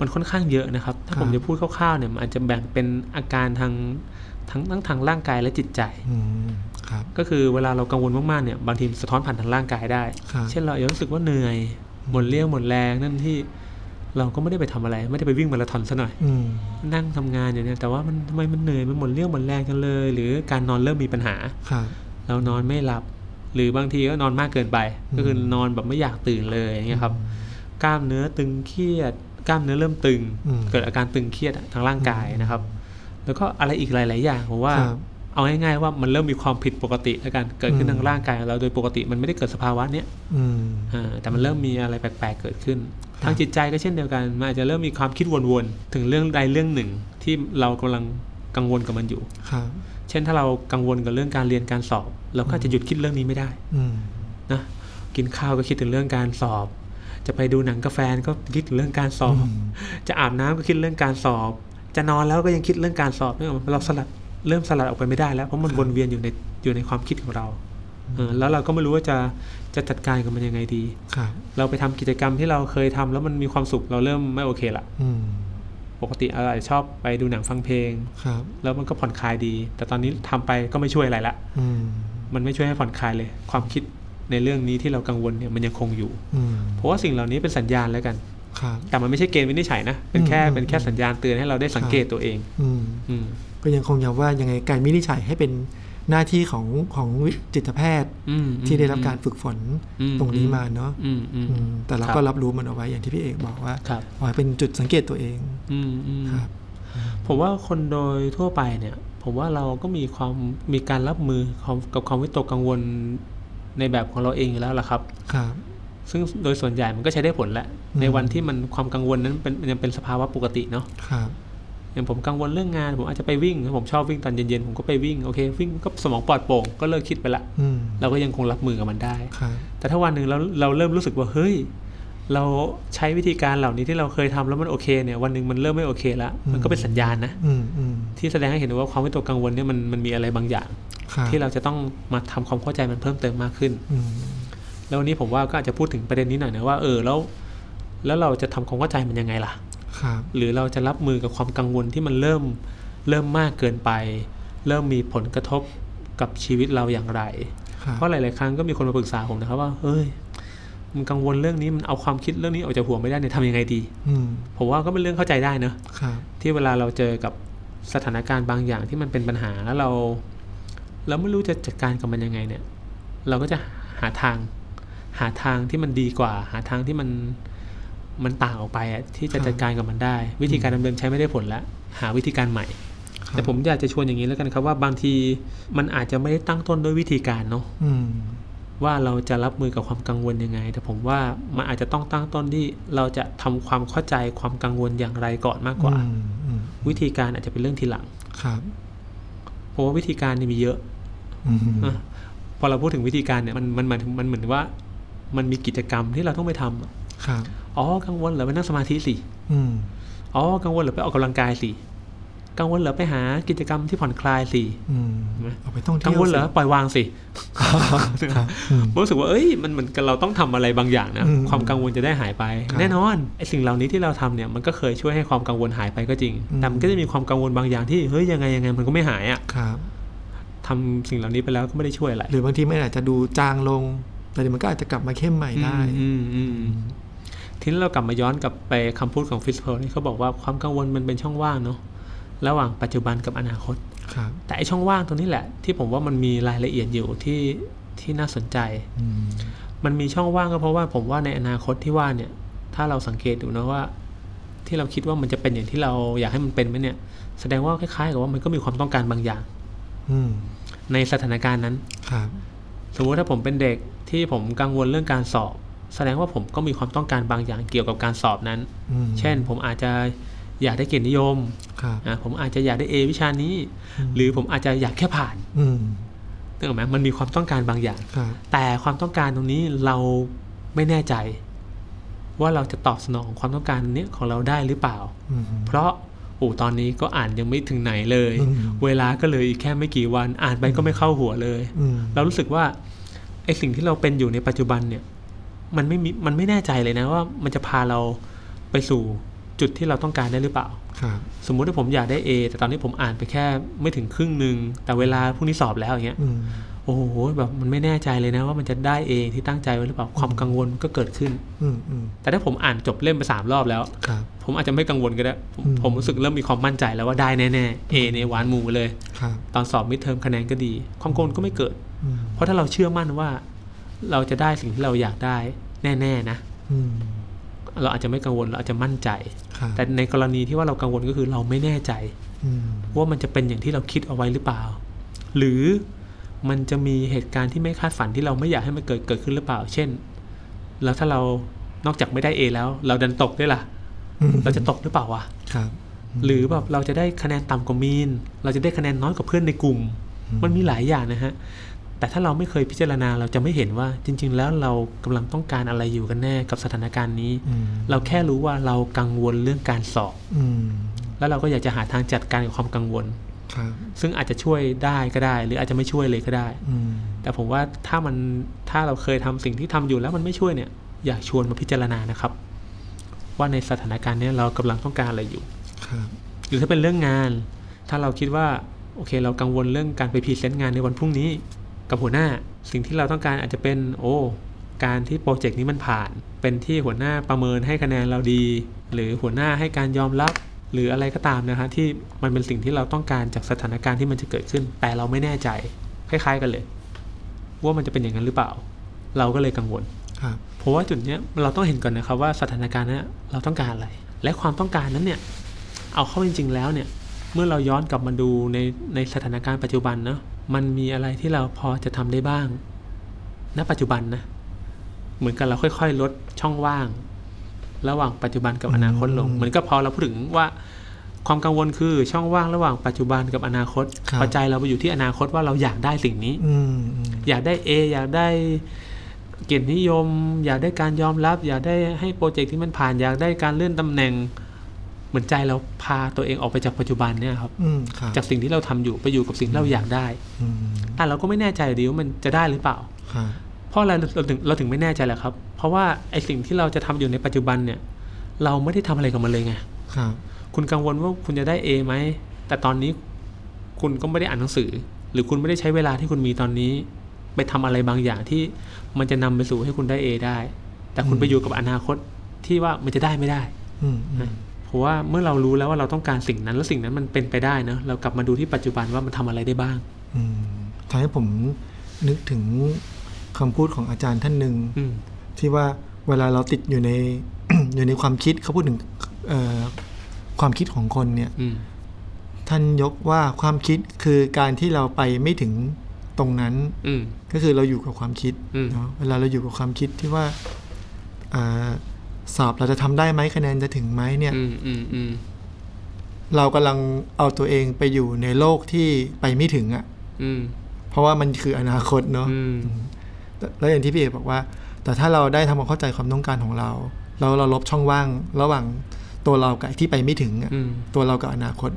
[SPEAKER 3] มันค่อนข้างเยอะนะครับ
[SPEAKER 2] ค
[SPEAKER 3] ถ้า
[SPEAKER 2] รับ
[SPEAKER 3] ผมจะพูดคร่าวๆเนี่ยมันอาจจะแบ่งเป็นอาการทางทั้งทั้งทางร่างกายและจิตใจ
[SPEAKER 2] อืมครับ
[SPEAKER 3] ก็คือเวลาเรากังวลมากๆเนี่ยบางทีมันสะท้อนผ่านทางร่างกายได้
[SPEAKER 2] ครับ
[SPEAKER 3] เช่นเราอาจจะรู้สึกว่าเหนื่อยหมดเรี่ยวหมดแรงนั่นที่เราก็ไม่ได้ไปทำอะไร ไม่ได้ไปวิ่งมาราธอนซะหน่อย
[SPEAKER 2] อืม
[SPEAKER 3] นั่งทำงานอยู่เนี่ยแต่ว่ามันทำไมมันเหนื่อยมันหมดเรี่ยวหมดแรงจังเลย หรือการนอนเริ่มมีปัญหา
[SPEAKER 2] ครับ
[SPEAKER 3] เรานอนไม่หลับ หรือบางทีก็นอนมากเกินไป
[SPEAKER 2] อืม
[SPEAKER 3] ก็คือนอนแบบไม่อยากตื่นเลยอย่างเงี้ยครับกล้ามเนื้อตึงเครียด กล้ามเนื้อเริ่มตึง
[SPEAKER 2] อืม
[SPEAKER 3] เกิดอาการตึงเครียดอะทางร่างกายนะครับ แล้วก็อะไรอีกหลาย ๆ อย่างผมว่า
[SPEAKER 2] ครับ
[SPEAKER 3] เอาง่ายๆว่ามันเริ่มมีความผิดปกติแล้วกันเกิดขึ้น
[SPEAKER 2] อืม
[SPEAKER 3] ทางร่างกายของเราโดยปกติมันไม่ได้เกิดสภาวะเนี้ย
[SPEAKER 2] อืม
[SPEAKER 3] อ่าแต่มันเริ่มมีอะไรแปลกๆเกิดขึ้น
[SPEAKER 2] ครับ
[SPEAKER 3] ทางจิตใจก็เช่นเดียวกันมันอาจจะเริ่มมีความคิดวนๆถึงเรื่องใดเรื่องหนึ่ง ที่เรากำลังกังวลกับมันอยู่
[SPEAKER 2] ครับ
[SPEAKER 3] เช่นถ้าเรากังวลกับเรื่องการเรียนการสอบ เราก็อาจจะหยุดคิดเรื่องนี้ไม่ได้
[SPEAKER 2] อืม
[SPEAKER 3] นะกินข้าวก็คิดถึงเรื่องการสอบ จะไปดูหนังกับแฟนก็คิดถึงเรื่องการส อบ
[SPEAKER 2] อืม
[SPEAKER 3] จะอาบน้ำก็คิดเรื่องการสอบ จะนอนแล้วก็ยังคิดเรื่องการสอบเนี่ยเราสลัดเริ่มสลัดออกไปไม่ได้แล้วเพราะมันวนเวียนอยู่ในอยู่ในความคิดของเราเออแล้วเราก็ไม่รู้ว่าจะจะจัดการกับมันยังไงดี
[SPEAKER 2] ครับ
[SPEAKER 3] เราไปทำกิจกรรมที่เราเคยทำแล้วมันมีความสุขเราเริ่มไม่โอเคละ
[SPEAKER 2] อืม
[SPEAKER 3] ปกติเราอาจจะชอบไปดูหนังฟังเพลง
[SPEAKER 2] ครับ
[SPEAKER 3] แล้วมันก็ผ่อนคลายดี แต่ตอนนี้ทำไปก็ไม่ช่วยอะไรละ
[SPEAKER 2] อืม
[SPEAKER 3] มันไม่ช่วยให้ผ่อนคลายเลย ความคิดในเรื่องนี้ที่เรากังวลเนี่ยมันยังคงอยู่
[SPEAKER 2] อืม
[SPEAKER 3] เพราะว่าสิ่งเหล่านี้เป็นสัญญาณแล้วกัน
[SPEAKER 2] ครับ
[SPEAKER 3] แต่มันไม่ใช่เกณฑ์วินิจฉัยนะ เป็นแค่
[SPEAKER 2] อืม
[SPEAKER 3] เป็นแค่สัญญาณเตือนให้เราได้สังเกตตัวเอง
[SPEAKER 2] อืม
[SPEAKER 3] อืม
[SPEAKER 2] ก็ยังคงย้ำว่ายังไงการวินิจฉัยให้เป็นหน้าที่ของของจิตแพทย์
[SPEAKER 3] อืม
[SPEAKER 2] ที่ได้รับการฝึกฝน
[SPEAKER 3] อืม
[SPEAKER 2] ตรงนี้มาเนาะ
[SPEAKER 3] อืมอืม
[SPEAKER 2] อืมแต่เรา
[SPEAKER 3] ครับ
[SPEAKER 2] ก็รับรู้มันเอาไว้อย่างที่พี่เอกบอกว่า
[SPEAKER 3] ครับ
[SPEAKER 2] เอาไว้เป็นจุดสังเกตตัวเอง
[SPEAKER 3] อืมอืม
[SPEAKER 2] ครับ
[SPEAKER 3] ผมว่าคนโดยทั่วไปเนี่ย ผมว่าเราก็มีความมีการรับมือความกับความวิตกกังวลในแบบของเราเองอยู่แล้วล่ะครับ
[SPEAKER 2] ครับ
[SPEAKER 3] ซึ่งโดยส่วนใหญ่มันก็ใช้ได้ผลแหละ
[SPEAKER 2] อืม
[SPEAKER 3] ในวันที่มันความกังวลนั้นเป็นยังเป็นสภาวะปกติเนาะ
[SPEAKER 2] ครับ
[SPEAKER 3] อย่างผมกังวลเรื่องงานผมอาจจะไปวิ่งผมชอบวิ่งตอนเย็นๆผมก็ไปวิ่งโอเควิ่งก็สมองปลอดโปร่งก็เลิกคิดไปละ
[SPEAKER 2] อืม
[SPEAKER 3] เราก็ยังคงรับมือกับมันได้
[SPEAKER 2] ครับ
[SPEAKER 3] แต่ถ้าวันหนึ่งเราเราเริ่มรู้สึกว่าเฮ้ย เราใช้วิธีการเหล่านี้ที่เราเคยทำแล้วมันโอเคเนี่ยวันหนึ่งมันเริ่มไม่โอเคละ
[SPEAKER 2] อืม
[SPEAKER 3] มันก็เป็นสัญญาณนะ
[SPEAKER 2] อืมอืม
[SPEAKER 3] ที่แสดงให้เห็นว่าความวิตกกังวลเนี่ยมันมันมีอะไรบางอย่าง
[SPEAKER 2] ครับ
[SPEAKER 3] ที่เราจะต้องมาทำความเข้าใจมันเพิ่มเติมมากขึ้น
[SPEAKER 2] อืม
[SPEAKER 3] แล้ววันนี้ผมว่าก็อาจจะพูดถึงประเด็นนี้หน่อยนะว่าเออแล้ว แล้วเราจะทำความเข้าใจมันยังไงล่ะ
[SPEAKER 2] ครับ
[SPEAKER 3] หรือเราจะรับมือกับความกังวลที่มันเริ่มเริ่มมากเกินไป เริ่มมีผลกระทบกับชีวิตเราอย่างไร
[SPEAKER 2] ครับ
[SPEAKER 3] เพราะหลาย ๆ ครั้งก็มีคนมาปรึกษาผมนะครับว่าเฮ้ยมันกังวลเรื่องนี้มันเอาความคิดเรื่องนี้ออกจากหัวไม่ได้เนี่ยทำยังไงดี
[SPEAKER 2] อืม
[SPEAKER 3] ผมว่าก็เป็นเรื่องเข้าใจได้เนอะ
[SPEAKER 2] ครับ
[SPEAKER 3] ที่เวลาเราเจอกับสถานการณ์บางอย่างที่มันเป็นปัญหาแล้วเราเราไม่รู้จะจัดการกับมันยังไงเนี่ย เราก็จะหาทาง หาทางที่มันดีกว่า หาทางที่มันมันต่างออกไปอะที่จะจัดการกับมันได้ วิธีการดำเนินใช้ไม่ได้ผลแล้วหาวิธีการใหม่
[SPEAKER 2] ครับ
[SPEAKER 3] แต่ผมอยากจะชวนอย่างนี้แล้วกันครับว่าบางทีมันอาจจะไม่ได้ตั้งต้นด้วยวิธีการเนาะ
[SPEAKER 2] อืม
[SPEAKER 3] ว่าเราจะรับมือกับความกังวลยังไง แต่ผมว่ามันอาจจะต้องตั้งต้นที่เราจะทำความเข้าใจความกังวลอย่างไรก่อนมากกว่า
[SPEAKER 2] อืมอืม
[SPEAKER 3] วิธีการอาจจะเป็นเรื่องทีหลัง
[SPEAKER 2] ครับ
[SPEAKER 3] เพราะว่าวิธีการนี่มีเยอะ
[SPEAKER 2] อืม
[SPEAKER 3] นะพอเราพูดถึงวิธีการเนี่ยมันมันหมายถึงมันเหมือนว่า มันมีกิจกรรมที่เราต้องไปทำอะ
[SPEAKER 2] ครับ
[SPEAKER 3] อ๋อกังวลเหรอไปนั่งสมาธิสิ
[SPEAKER 2] อืม
[SPEAKER 3] อ๋อกังวลเหรอไปออกกำลังกายสิ กังวลเหรอไปหากิจกรรมที่ผ่อนคลายสิ
[SPEAKER 2] อืม
[SPEAKER 3] ไหม
[SPEAKER 2] เอาไปต้อง
[SPEAKER 3] กั
[SPEAKER 2] เที่
[SPEAKER 3] ง
[SPEAKER 2] ยว
[SPEAKER 3] วลเหรอ
[SPEAKER 2] สิ
[SPEAKER 3] ปล่อยวางสิ
[SPEAKER 2] ครับอืม
[SPEAKER 3] ผมรู้สึกว่าเอ้ยมันเหมือนกันเราต้องทำอะไรบางอย่างนะ
[SPEAKER 2] อืม
[SPEAKER 3] ความกังวลจะได้หายไป
[SPEAKER 2] ครับ
[SPEAKER 3] แน่นอนไอ้สิ่งเหล่านี้ที่เราทำเนี่ยมันก็เคยช่วยให้ความกังวลหายไปก็จริง แต่มันก็จะมีความกังวลบางอย่างที่เฮ้ยยังไงยังไงมันก็ไม่หายอะ่ะ
[SPEAKER 2] ครับ
[SPEAKER 3] ทำสิ่งเหล่านี้ไปแล้วก็ไม่ได้ช่วยอะไร
[SPEAKER 2] หรือบางทีมันอาจจะดูจางลง แต่เดี๋ยวมันก็อาจจะกลับมาเข้มใหม่ได้
[SPEAKER 3] อืมอืมอืมทีนี้เรากลับมาย้อนกลับไปคำพูดของฟิสเพลนี่เขาบอกว่าความกังวลมันเป็นช่องว่างเนาะระหว่างปัจจุบันกับอนาคต
[SPEAKER 2] ครับ
[SPEAKER 3] แต่ไอ้ช่องว่างตรงนี้แหละ ที่ผมว่ามันมีรายละเอียดอยู่ที่ที่น่าสนใจ
[SPEAKER 2] อืม
[SPEAKER 3] มันมีช่องว่างก็เพราะว่าผมว่าในอนาคตที่ว่าเนี่ย ถ้าเราสังเกตดูนะว่า ที่เราคิดว่ามันจะเป็นอย่างที่เราอยากให้มันเป็นไหมเนี่ย แสดงว่าคล้ายๆกับว่ามันก็มีความต้องการบางอย่าง
[SPEAKER 2] อืม
[SPEAKER 3] ในสถานการณ์นั้น
[SPEAKER 2] ครับ
[SPEAKER 3] สมมุติถ้าผมเป็นเด็กที่ผมกังวลเรื่องการสอบ แสดงว่าผมก็มีความต้องการบางอย่างเกี่ยวกับการสอบนั้น
[SPEAKER 2] อืม
[SPEAKER 3] เช่น ผมอาจจะอยากได้เกียรตินิยม
[SPEAKER 2] ครับ
[SPEAKER 3] อ่ะผมอาจจะอยากได้ A วิชานี้ หรือผมอาจจะอยากแค่ผ่าน
[SPEAKER 2] อืม
[SPEAKER 3] นึกออกไหมมันมีความต้องการบางอย่าง
[SPEAKER 2] ครับ
[SPEAKER 3] แต่ความต้องการตรงนี้เราไม่แน่ใจ ว่าเราจะตอบสนองความต้องการเนี้ยของเราได้หรือเปล่า
[SPEAKER 2] อืม
[SPEAKER 3] เพราะโอ้ตอนนี้ก็อ่านยังไม่ถึงไหนเลย
[SPEAKER 2] อืม
[SPEAKER 3] เวลาก็เหลยอีกแค่ไม่กี่วันอ่านไปก็ไม่เข้าหัวเลย
[SPEAKER 2] อืม
[SPEAKER 3] เรารู้สึกว่าไอสิ่งที่เราเป็นอยู่ในปัจจุบันเนี่ย มันไม่มีมันไม่แน่ใจเลยนะว่ามันจะพาเราไปสู่จุดที่เราต้องการได้หรือเปล่า
[SPEAKER 2] ครับ
[SPEAKER 3] สมมุติว่าผมอยากได้ A แต่ตอนนี้ผมอ่านไปแค่ไม่ถึงครึ่งหนึ่งแต่เวลาพรุ่งนี้สอบแล้วอย่างเงี้ย
[SPEAKER 2] อืม
[SPEAKER 3] โอ้โหแบบมันไม่แน่ใจเลยนะว่ามันจะได้เองที่ตั้งใจไว้หรือเปล่าความกังวลก็เกิดขึ้น
[SPEAKER 2] อืมอืม
[SPEAKER 3] แต่ถ้าผมอ่านจบเล่มไปสามรอบแล้ว
[SPEAKER 2] ครับ
[SPEAKER 3] ผมอาจจะไม่กังวลก็ได้ผม
[SPEAKER 2] อืม
[SPEAKER 3] ผมรู้สึกเริ่มมีความมั่นใจแล้วว่าได้แน่ๆเอเนี่ยหวานหมูเลย
[SPEAKER 2] ครับ
[SPEAKER 3] ตอนสอบมิดเทอมคะแนนก็ดี ความกังวลก็ไม่เกิด
[SPEAKER 2] อืม
[SPEAKER 3] เพราะถ้าเราเชื่อมั่นว่า เราจะได้สิ่งที่เราอยากได้แน่ๆนะ
[SPEAKER 2] อืม
[SPEAKER 3] เราอาจจะไม่กังวลเราอาจจะมั่นใจ
[SPEAKER 2] ครับ
[SPEAKER 3] แต่ในกรณีที่ว่าเรากังวลก็คือเราไม่แน่ใจ
[SPEAKER 2] อืม
[SPEAKER 3] ว่ามันจะเป็นอย่างที่เราคิดเอาไว้หรือเปล่า หรือมันจะมีเหตุการณ์ที่ไม่คาดฝันที่เราไม่อยากให้มันเกิดเกิดขึ้นหรือเปล่า เช่น แล้วถ้าเรานอกจากไม่ได้ A แล้ว เราดันตกด้วยล่ะ เราจะตกหรือเปล่าวะ
[SPEAKER 2] ครับ
[SPEAKER 3] หรือแบบเราจะได้คะแนนต่ำกว่ามีน เราจะได้คะแนนน้อยกว่าเพื่อนในกลุ่ม มันมีหลายอย่างนะฮะ แต่ถ้าเราไม่เคยพิจารณาเราจะไม่เห็นว่า จริง ๆ แล้วเรากำลังต้องการอะไรอยู่กันแน่กับสถานการณ์นี้
[SPEAKER 2] อืม
[SPEAKER 3] เราแค่รู้ว่าเรากังวลเรื่องการสอบ
[SPEAKER 2] อืม
[SPEAKER 3] แล้วเราก็อยากจะหาทางจัดการกับความกังวล
[SPEAKER 2] ครับ
[SPEAKER 3] ซึ่งอาจจะช่วยได้ก็ได้ หรืออาจจะไม่ช่วยเลยก็ได้
[SPEAKER 2] อืม
[SPEAKER 3] แต่ผมว่าถ้ามันถ้าเราเคยทำสิ่งที่ทำอยู่แล้วมันไม่ช่วยเนี่ย อยากชวนมาพิจารณานะครับ ว่าในสถานการณ์เนี้ยเรากำลังต้องการอะไรอยู่
[SPEAKER 2] ครับ
[SPEAKER 3] หรือถ้าเป็นเรื่องงาน ถ้าเราคิดว่าโอเค เรากังวลเรื่องการไปพรีเซนต์งานในวันพรุ่งนี้ กับหัวหน้า สิ่งที่เราต้องการอาจจะเป็นโอ้การที่โปรเจกต์นี้มันผ่าน เป็นที่หัวหน้าประเมินให้คะแนนเราดี หรือหัวหน้าให้การยอมรับ หรืออะไรก็ตามนะฮะที่มันเป็นสิ่งที่เราต้องการจากสถานการณ์ที่มันจะเกิดขึ้น แต่เราไม่แน่ใจคล้ายๆกันเลย ว่ามันจะเป็นอย่างนั้นหรือเปล่า เราก็เลยกังวล
[SPEAKER 2] ครับ
[SPEAKER 3] เพราะว่าจุดเนี้ยเราต้องเห็นก่อนนะครับว่าสถานการณ์เนี้ยเราต้องการอะไร และความต้องการนั้นเนี่ยเอาเข้าจริง ๆ แล้วเนี่ย เมื่อเราย้อนกลับมาดูในในสถานการณ์ปัจจุบันเนาะมันมีอะไรที่เราพอจะทำได้บ้าง ณปัจจุบันนะเหมือนกับเราค่อย ๆ ลดช่องว่าง ระหว่างปัจจุบันกับอนาคตลง
[SPEAKER 2] อืม
[SPEAKER 3] เหมือนกับพอเราพูดถึงว่า ความกังวลคือช่องว่างระหว่างปัจจุบันกับอนาคต
[SPEAKER 2] ครับ
[SPEAKER 3] ปัจจัยเราไปอยู่ที่อนาคตว่าเราอยากได้สิ่งนี้
[SPEAKER 2] อืมอืม
[SPEAKER 3] อยากได้ A อยากได้เกียรตินิยม อยากได้การยอมรับ อยากได้ให้โปรเจกต์ที่มันผ่าน อยากได้การเลื่อนตำแหน่ง เหมือนใจเราพาตัวเองออกไปจากปัจจุบันเนี่ยครับ
[SPEAKER 2] อืมครับ
[SPEAKER 3] จากสิ่งที่เราทำอยู่ไปอยู่กับสิ่งที่เราอยากได้
[SPEAKER 2] อืม
[SPEAKER 3] แต่เราก็ไม่แน่ใจอยู่ดีว่ามันจะได้หรือเปล่า
[SPEAKER 2] ครับ
[SPEAKER 3] เพราะอะไรเราถึงเราถึงไม่แน่ใจแหละครับ เพราะว่าไอสิ่งที่เราจะทำอยู่ในปัจจุบันเนี่ย เราไม่ได้ทำอะไรกับมันเลยไง
[SPEAKER 2] ครับ
[SPEAKER 3] คุณกังวลว่าคุณจะได้ A ไหม แต่ตอนนี้คุณก็ไม่ได้อ่านหนังสือ หรือคุณไม่ได้ใช้เวลาที่คุณมีตอนนี้ ไปทำอะไรบางอย่างที่มันจะนำไปสู่ให้คุณได้ A ได้ แต่คุณไปอยู่กับอนาคตที่ว่ามันจะได้ไม่ได้
[SPEAKER 2] อืมอืม
[SPEAKER 3] เพราะว่าเมื่อเรารู้แล้วว่าเราต้องการสิ่งนั้น แล้วสิ่งนั้นมันเป็นไปได้นะ เรากลับมาดูที่ปัจจุบันว่ามันทำอะไรได้บ้าง
[SPEAKER 2] อืมทำให้ผมนึกถึงคำพูดของอาจารย์ท่านหนึ่ง
[SPEAKER 3] อืม
[SPEAKER 2] ที่ว่าเวลาเราติดอยู่ใน อยู่ในความคิดเขาพูดถึงเอ่อความคิดของคนเนี่ย
[SPEAKER 3] อืม
[SPEAKER 2] ท่านยกว่าความคิดคือการที่เราไปไม่ถึงตรงนั้น
[SPEAKER 3] อืม
[SPEAKER 2] ก็คือเราอยู่กับความคิด
[SPEAKER 3] อืม
[SPEAKER 2] เนาะเวลาเราอยู่กับความคิดที่ว่าอาสอบเราจะทำได้ไหมคะแนนจะถึงไหมเนี่ย
[SPEAKER 3] อืมอืมอืม
[SPEAKER 2] เรากำลังเอาตัวเองไปอยู่ในโลกที่ไปไม่ถึงอะ่ะ
[SPEAKER 3] อืม
[SPEAKER 2] เพราะว่ามันคืออนาคตเนาะ
[SPEAKER 3] อืม
[SPEAKER 2] แล้วอย่างที่พี่เอกบอกว่า แต่ถ้าเราได้ทำความเข้าใจความต้องการของเรา เราเราลบช่องว่าง ระหว่างตัวเรากับไอ้ที่ไปไม่ถึงอะ
[SPEAKER 3] อืม
[SPEAKER 2] ตัวเรากับอนาคต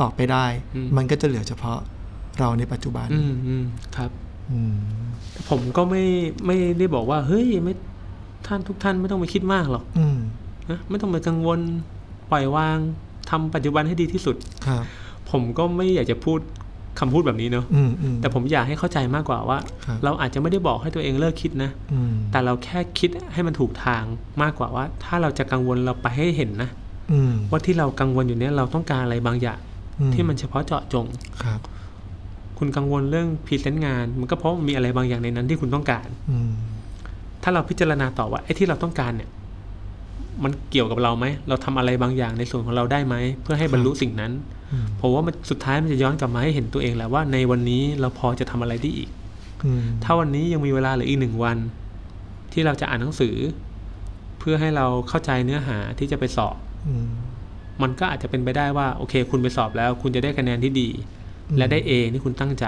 [SPEAKER 2] ออกไปได้
[SPEAKER 3] อืม
[SPEAKER 2] มันก็จะเหลือเฉพาะเราในปัจจุบัน
[SPEAKER 3] อืมอืมครับ
[SPEAKER 2] อืม
[SPEAKER 3] ผมก็ไม่ไม่ได้บอกว่า เฮ้ยไม่ท่านทุกท่านไม่ต้องไปคิดมากหรอก
[SPEAKER 2] อืม
[SPEAKER 3] นะไม่ต้องไปกังวลปล่อยวางทำปัจจุบันให้ดีที่สุด
[SPEAKER 2] ครับ
[SPEAKER 3] ผมก็ไม่อยากจะพูดคำพูดแบบนี้เนอะ
[SPEAKER 2] อืมอืม
[SPEAKER 3] แต่ผมอยากให้เข้าใจมากกว่าว่า
[SPEAKER 2] ครับ
[SPEAKER 3] เราอาจจะไม่ได้บอกให้ตัวเองเลิกคิดนะ
[SPEAKER 2] อืม
[SPEAKER 3] แต่เราแค่คิดให้มันถูกทางมากกว่าว่า ถ้าเราจะกังวลเราไปให้เห็นนะ
[SPEAKER 2] อืม
[SPEAKER 3] ว่าที่เรากังวลอยู่เนี่ยเราต้องการอะไรบางอย่าง
[SPEAKER 2] อื
[SPEAKER 3] ที่มันเฉพาะเจาะจง
[SPEAKER 2] ครับ
[SPEAKER 3] คุณกังวลเรื่องพรีเซนต์งาน มันก็เพราะมีอะไรบางอย่างในนั้นที่คุณต้องการ
[SPEAKER 2] อืม
[SPEAKER 3] ถ้าเราพิจารณาต่อว่าไอ้ที่เราต้องการเนี่ย มันเกี่ยวกับเราไหมเราทำอะไรบางอย่างในส่วนของเราได้ไหมเพื่อให้บรรลุสิ่งนั้น
[SPEAKER 2] อืม
[SPEAKER 3] ผมว่ามันสุดท้ายมันจะย้อนกลับมาให้เห็นตัวเองแหละว่าในวันนี้เราพอจะทำอะไรได้อีก
[SPEAKER 2] อืม
[SPEAKER 3] ถ้าวันนี้ยังมีเวลาเหลืออีกหนึ่งวัน ที่เราจะอ่านหนังสือ เพื่อให้เราเข้าใจเนื้อหาที่จะไปสอบ
[SPEAKER 2] อืม
[SPEAKER 3] มันก็อาจจะเป็นไปได้ว่าโอเค คุณไปสอบแล้ว คุณจะได้คะแนนที่ดี
[SPEAKER 2] อืม
[SPEAKER 3] และได้ A ที่คุณตั้งใจ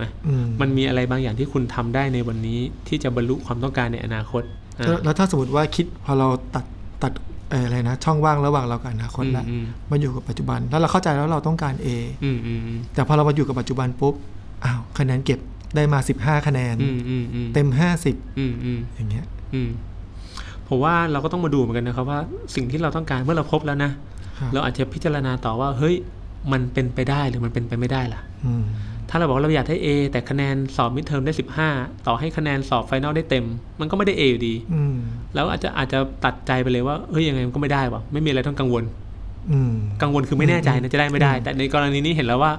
[SPEAKER 3] นะ
[SPEAKER 2] อื
[SPEAKER 3] มันมีอะไรบางอย่างที่คุณทำได้ในวันนี้ที่จะบรรลุความต้องการในอนาคตอ่ะ
[SPEAKER 2] แล้วแล้วถ้าสมมติว่าคิดพอเราตัดตัดเอ่ออะไรนะ ช่องว่างระหว่างเรากับอนาคตแล้ว
[SPEAKER 3] อืมอืม
[SPEAKER 2] มันอยู่กับปัจจุบันแล้วเราเข้าใจแล้วเราต้องการ A
[SPEAKER 3] อืมอืมอืม
[SPEAKER 2] แต่พอเรามาอยู่กับปัจจุบันปุ๊บอ้าวคะแนนเก็บได้มา 15 คะแนน
[SPEAKER 3] อืมอืมอืม
[SPEAKER 2] เต็ม
[SPEAKER 3] อืมอืม
[SPEAKER 2] 50 อย่างเงี้ย
[SPEAKER 3] อืมผมว่าเราก็ต้องมาดูเหมือนกันนะครับว่าสิ่งที่เราต้องการเมื่อเราพบแล้วนะ
[SPEAKER 2] ครับ
[SPEAKER 3] เราอาจจะพิจารณาต่อว่า เฮ้ย มันเป็นไปได้หรือมันเป็นไปไม่ได้ล่ะ
[SPEAKER 2] อืม
[SPEAKER 3] ถ้าเราบอกว่าเราอยากได้ A แต่คะแนนสอบมิดเทอมได้ 15 ต่อให้คะแนนสอบไฟนอลได้เต็ม มันก็ไม่ได้ A อยู่ดี
[SPEAKER 2] อืม
[SPEAKER 3] แล้วอาจจะอาจจะตัดใจไปเลยว่าเฮ้ยยังไงมันก็ไม่ได้วะไม่มีอะไรต้องกังวล
[SPEAKER 2] อืม
[SPEAKER 3] กังวลคือไม่แน่ใจนะจะได้ไม่ได้ แต่ในกรณีนี้เห็นแล้วว่า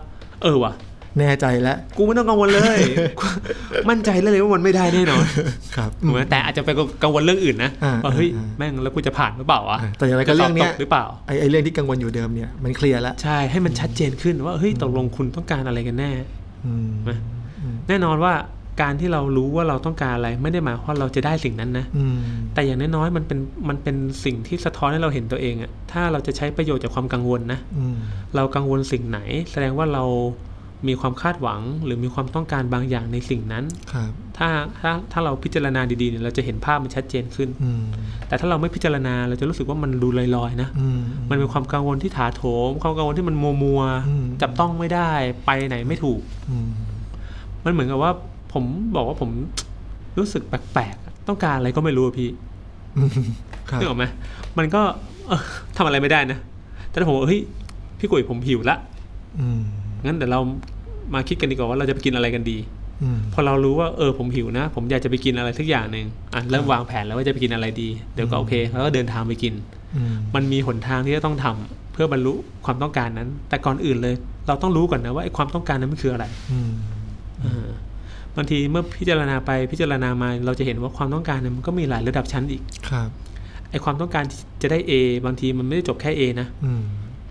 [SPEAKER 3] เออว่ะ
[SPEAKER 2] แน่ใจแล้ว
[SPEAKER 3] กูไม่ต้องกังวลเลย มั่นใจได้เลยว่ามันไม่ได้แน่นอน
[SPEAKER 2] ครับ
[SPEAKER 3] ถูกไหมแต่อาจจะไปกังวลเรื่องอื่นนะ
[SPEAKER 2] อ่า
[SPEAKER 3] ว่าเฮ้ย
[SPEAKER 2] อ่าอ่า
[SPEAKER 3] แม่งแล้วกูจะผ่านหรือเปล่าวะ
[SPEAKER 2] อ่าแต่อย่างไรก็เรื่องเนี้ย
[SPEAKER 3] จะสบตหรือเปล่า
[SPEAKER 2] ไอ้ไอ้เรื่องที่กังวลอยู่เดิมเนี่ยมันเคลียร์แล้ว
[SPEAKER 3] ใช่ให้มันชัดเจนขึ้นว่าเฮ้ยตกลงคุณต้องการอะไรกันแน่
[SPEAKER 2] อืม
[SPEAKER 3] ไหม
[SPEAKER 2] อืม
[SPEAKER 3] แน่นอนว่าการที่เรารู้ว่าเราต้องการอะไรไม่ได้หมายความว่าเราจะได้สิ่งนั้นนะ
[SPEAKER 2] อืม
[SPEAKER 3] แต่อย่างน้อยๆมันเป็นมันเป็นสิ่งที่สะท้อนให้เราเห็นตัวเองอะถ้าเราจะใช้ประโยชน์จากความกังวลนะ
[SPEAKER 2] อืม
[SPEAKER 3] เรากังวลสิ่งไหน แสดงว่าเรามีความคาดหวัง หรือมีความต้องการบางอย่างในสิ่งนั้น
[SPEAKER 2] ครับ
[SPEAKER 3] ถ้าถ้าถ้าเราพิจารณาดีๆเนี่ยเราจะเห็นภาพมันชัดเจนขึ้น
[SPEAKER 2] อืม
[SPEAKER 3] แต่ถ้าเราไม่พิจารณาเราจะรู้สึกว่ามันดูลอยๆนะ
[SPEAKER 2] อืม
[SPEAKER 3] มันเป็นความกังวลที่ถาโถม ความกังวลที่มันมัวมัวๆ
[SPEAKER 2] อืม
[SPEAKER 3] จับต้องไม่ได้ไปไหนไม่ถูก
[SPEAKER 2] อืม
[SPEAKER 3] มันเหมือนกับว่า ผมบอกว่าผม รู้สึกแปลกๆอะต้องการอะไรก็ไม่รู้อะพี่
[SPEAKER 2] อืมครับ
[SPEAKER 3] นึกออกไหมมันก็ เออทำอะไรไม่ได้นะ แต่ผมว่าเฮ้ยพี่กุยผมหิวละ
[SPEAKER 2] อืม
[SPEAKER 3] งั้นเดี๋ยวเรามาคิดกันดีกว่าว่าเราจะไปกินอะไรกันดี
[SPEAKER 2] อืม
[SPEAKER 3] พอเรารู้ว่าเออผมหิวนะ ผมอยากจะไปกินอะไรสักอย่างหนึ่งอ่ะเริ่มวางแผนแล้วว่าจะไปกินอะไรดีเดี๋ยวก็โอเคแล้วก็เดินทางไปกิน
[SPEAKER 2] อืม
[SPEAKER 3] มันมีหนทางที่จะต้องทำเพื่อบรรลุความต้องการนั้น แต่ก่อนอื่นเลย เราต้องรู้ก่อนนะว่าไอ้ความต้องการนั้นมันคืออะไร
[SPEAKER 2] อืม
[SPEAKER 3] เออบางทีเมื่อพิจารณาไปพิจารณามาเราจะเห็นว่าความต้องการเนี่ยมันก็มีหลายระดับชั้นอีก
[SPEAKER 2] ครับ
[SPEAKER 3] ไอ้ความต้องการที่จะได้ A บางทีมันไม่ได้จบแค่ A นะ
[SPEAKER 2] อืม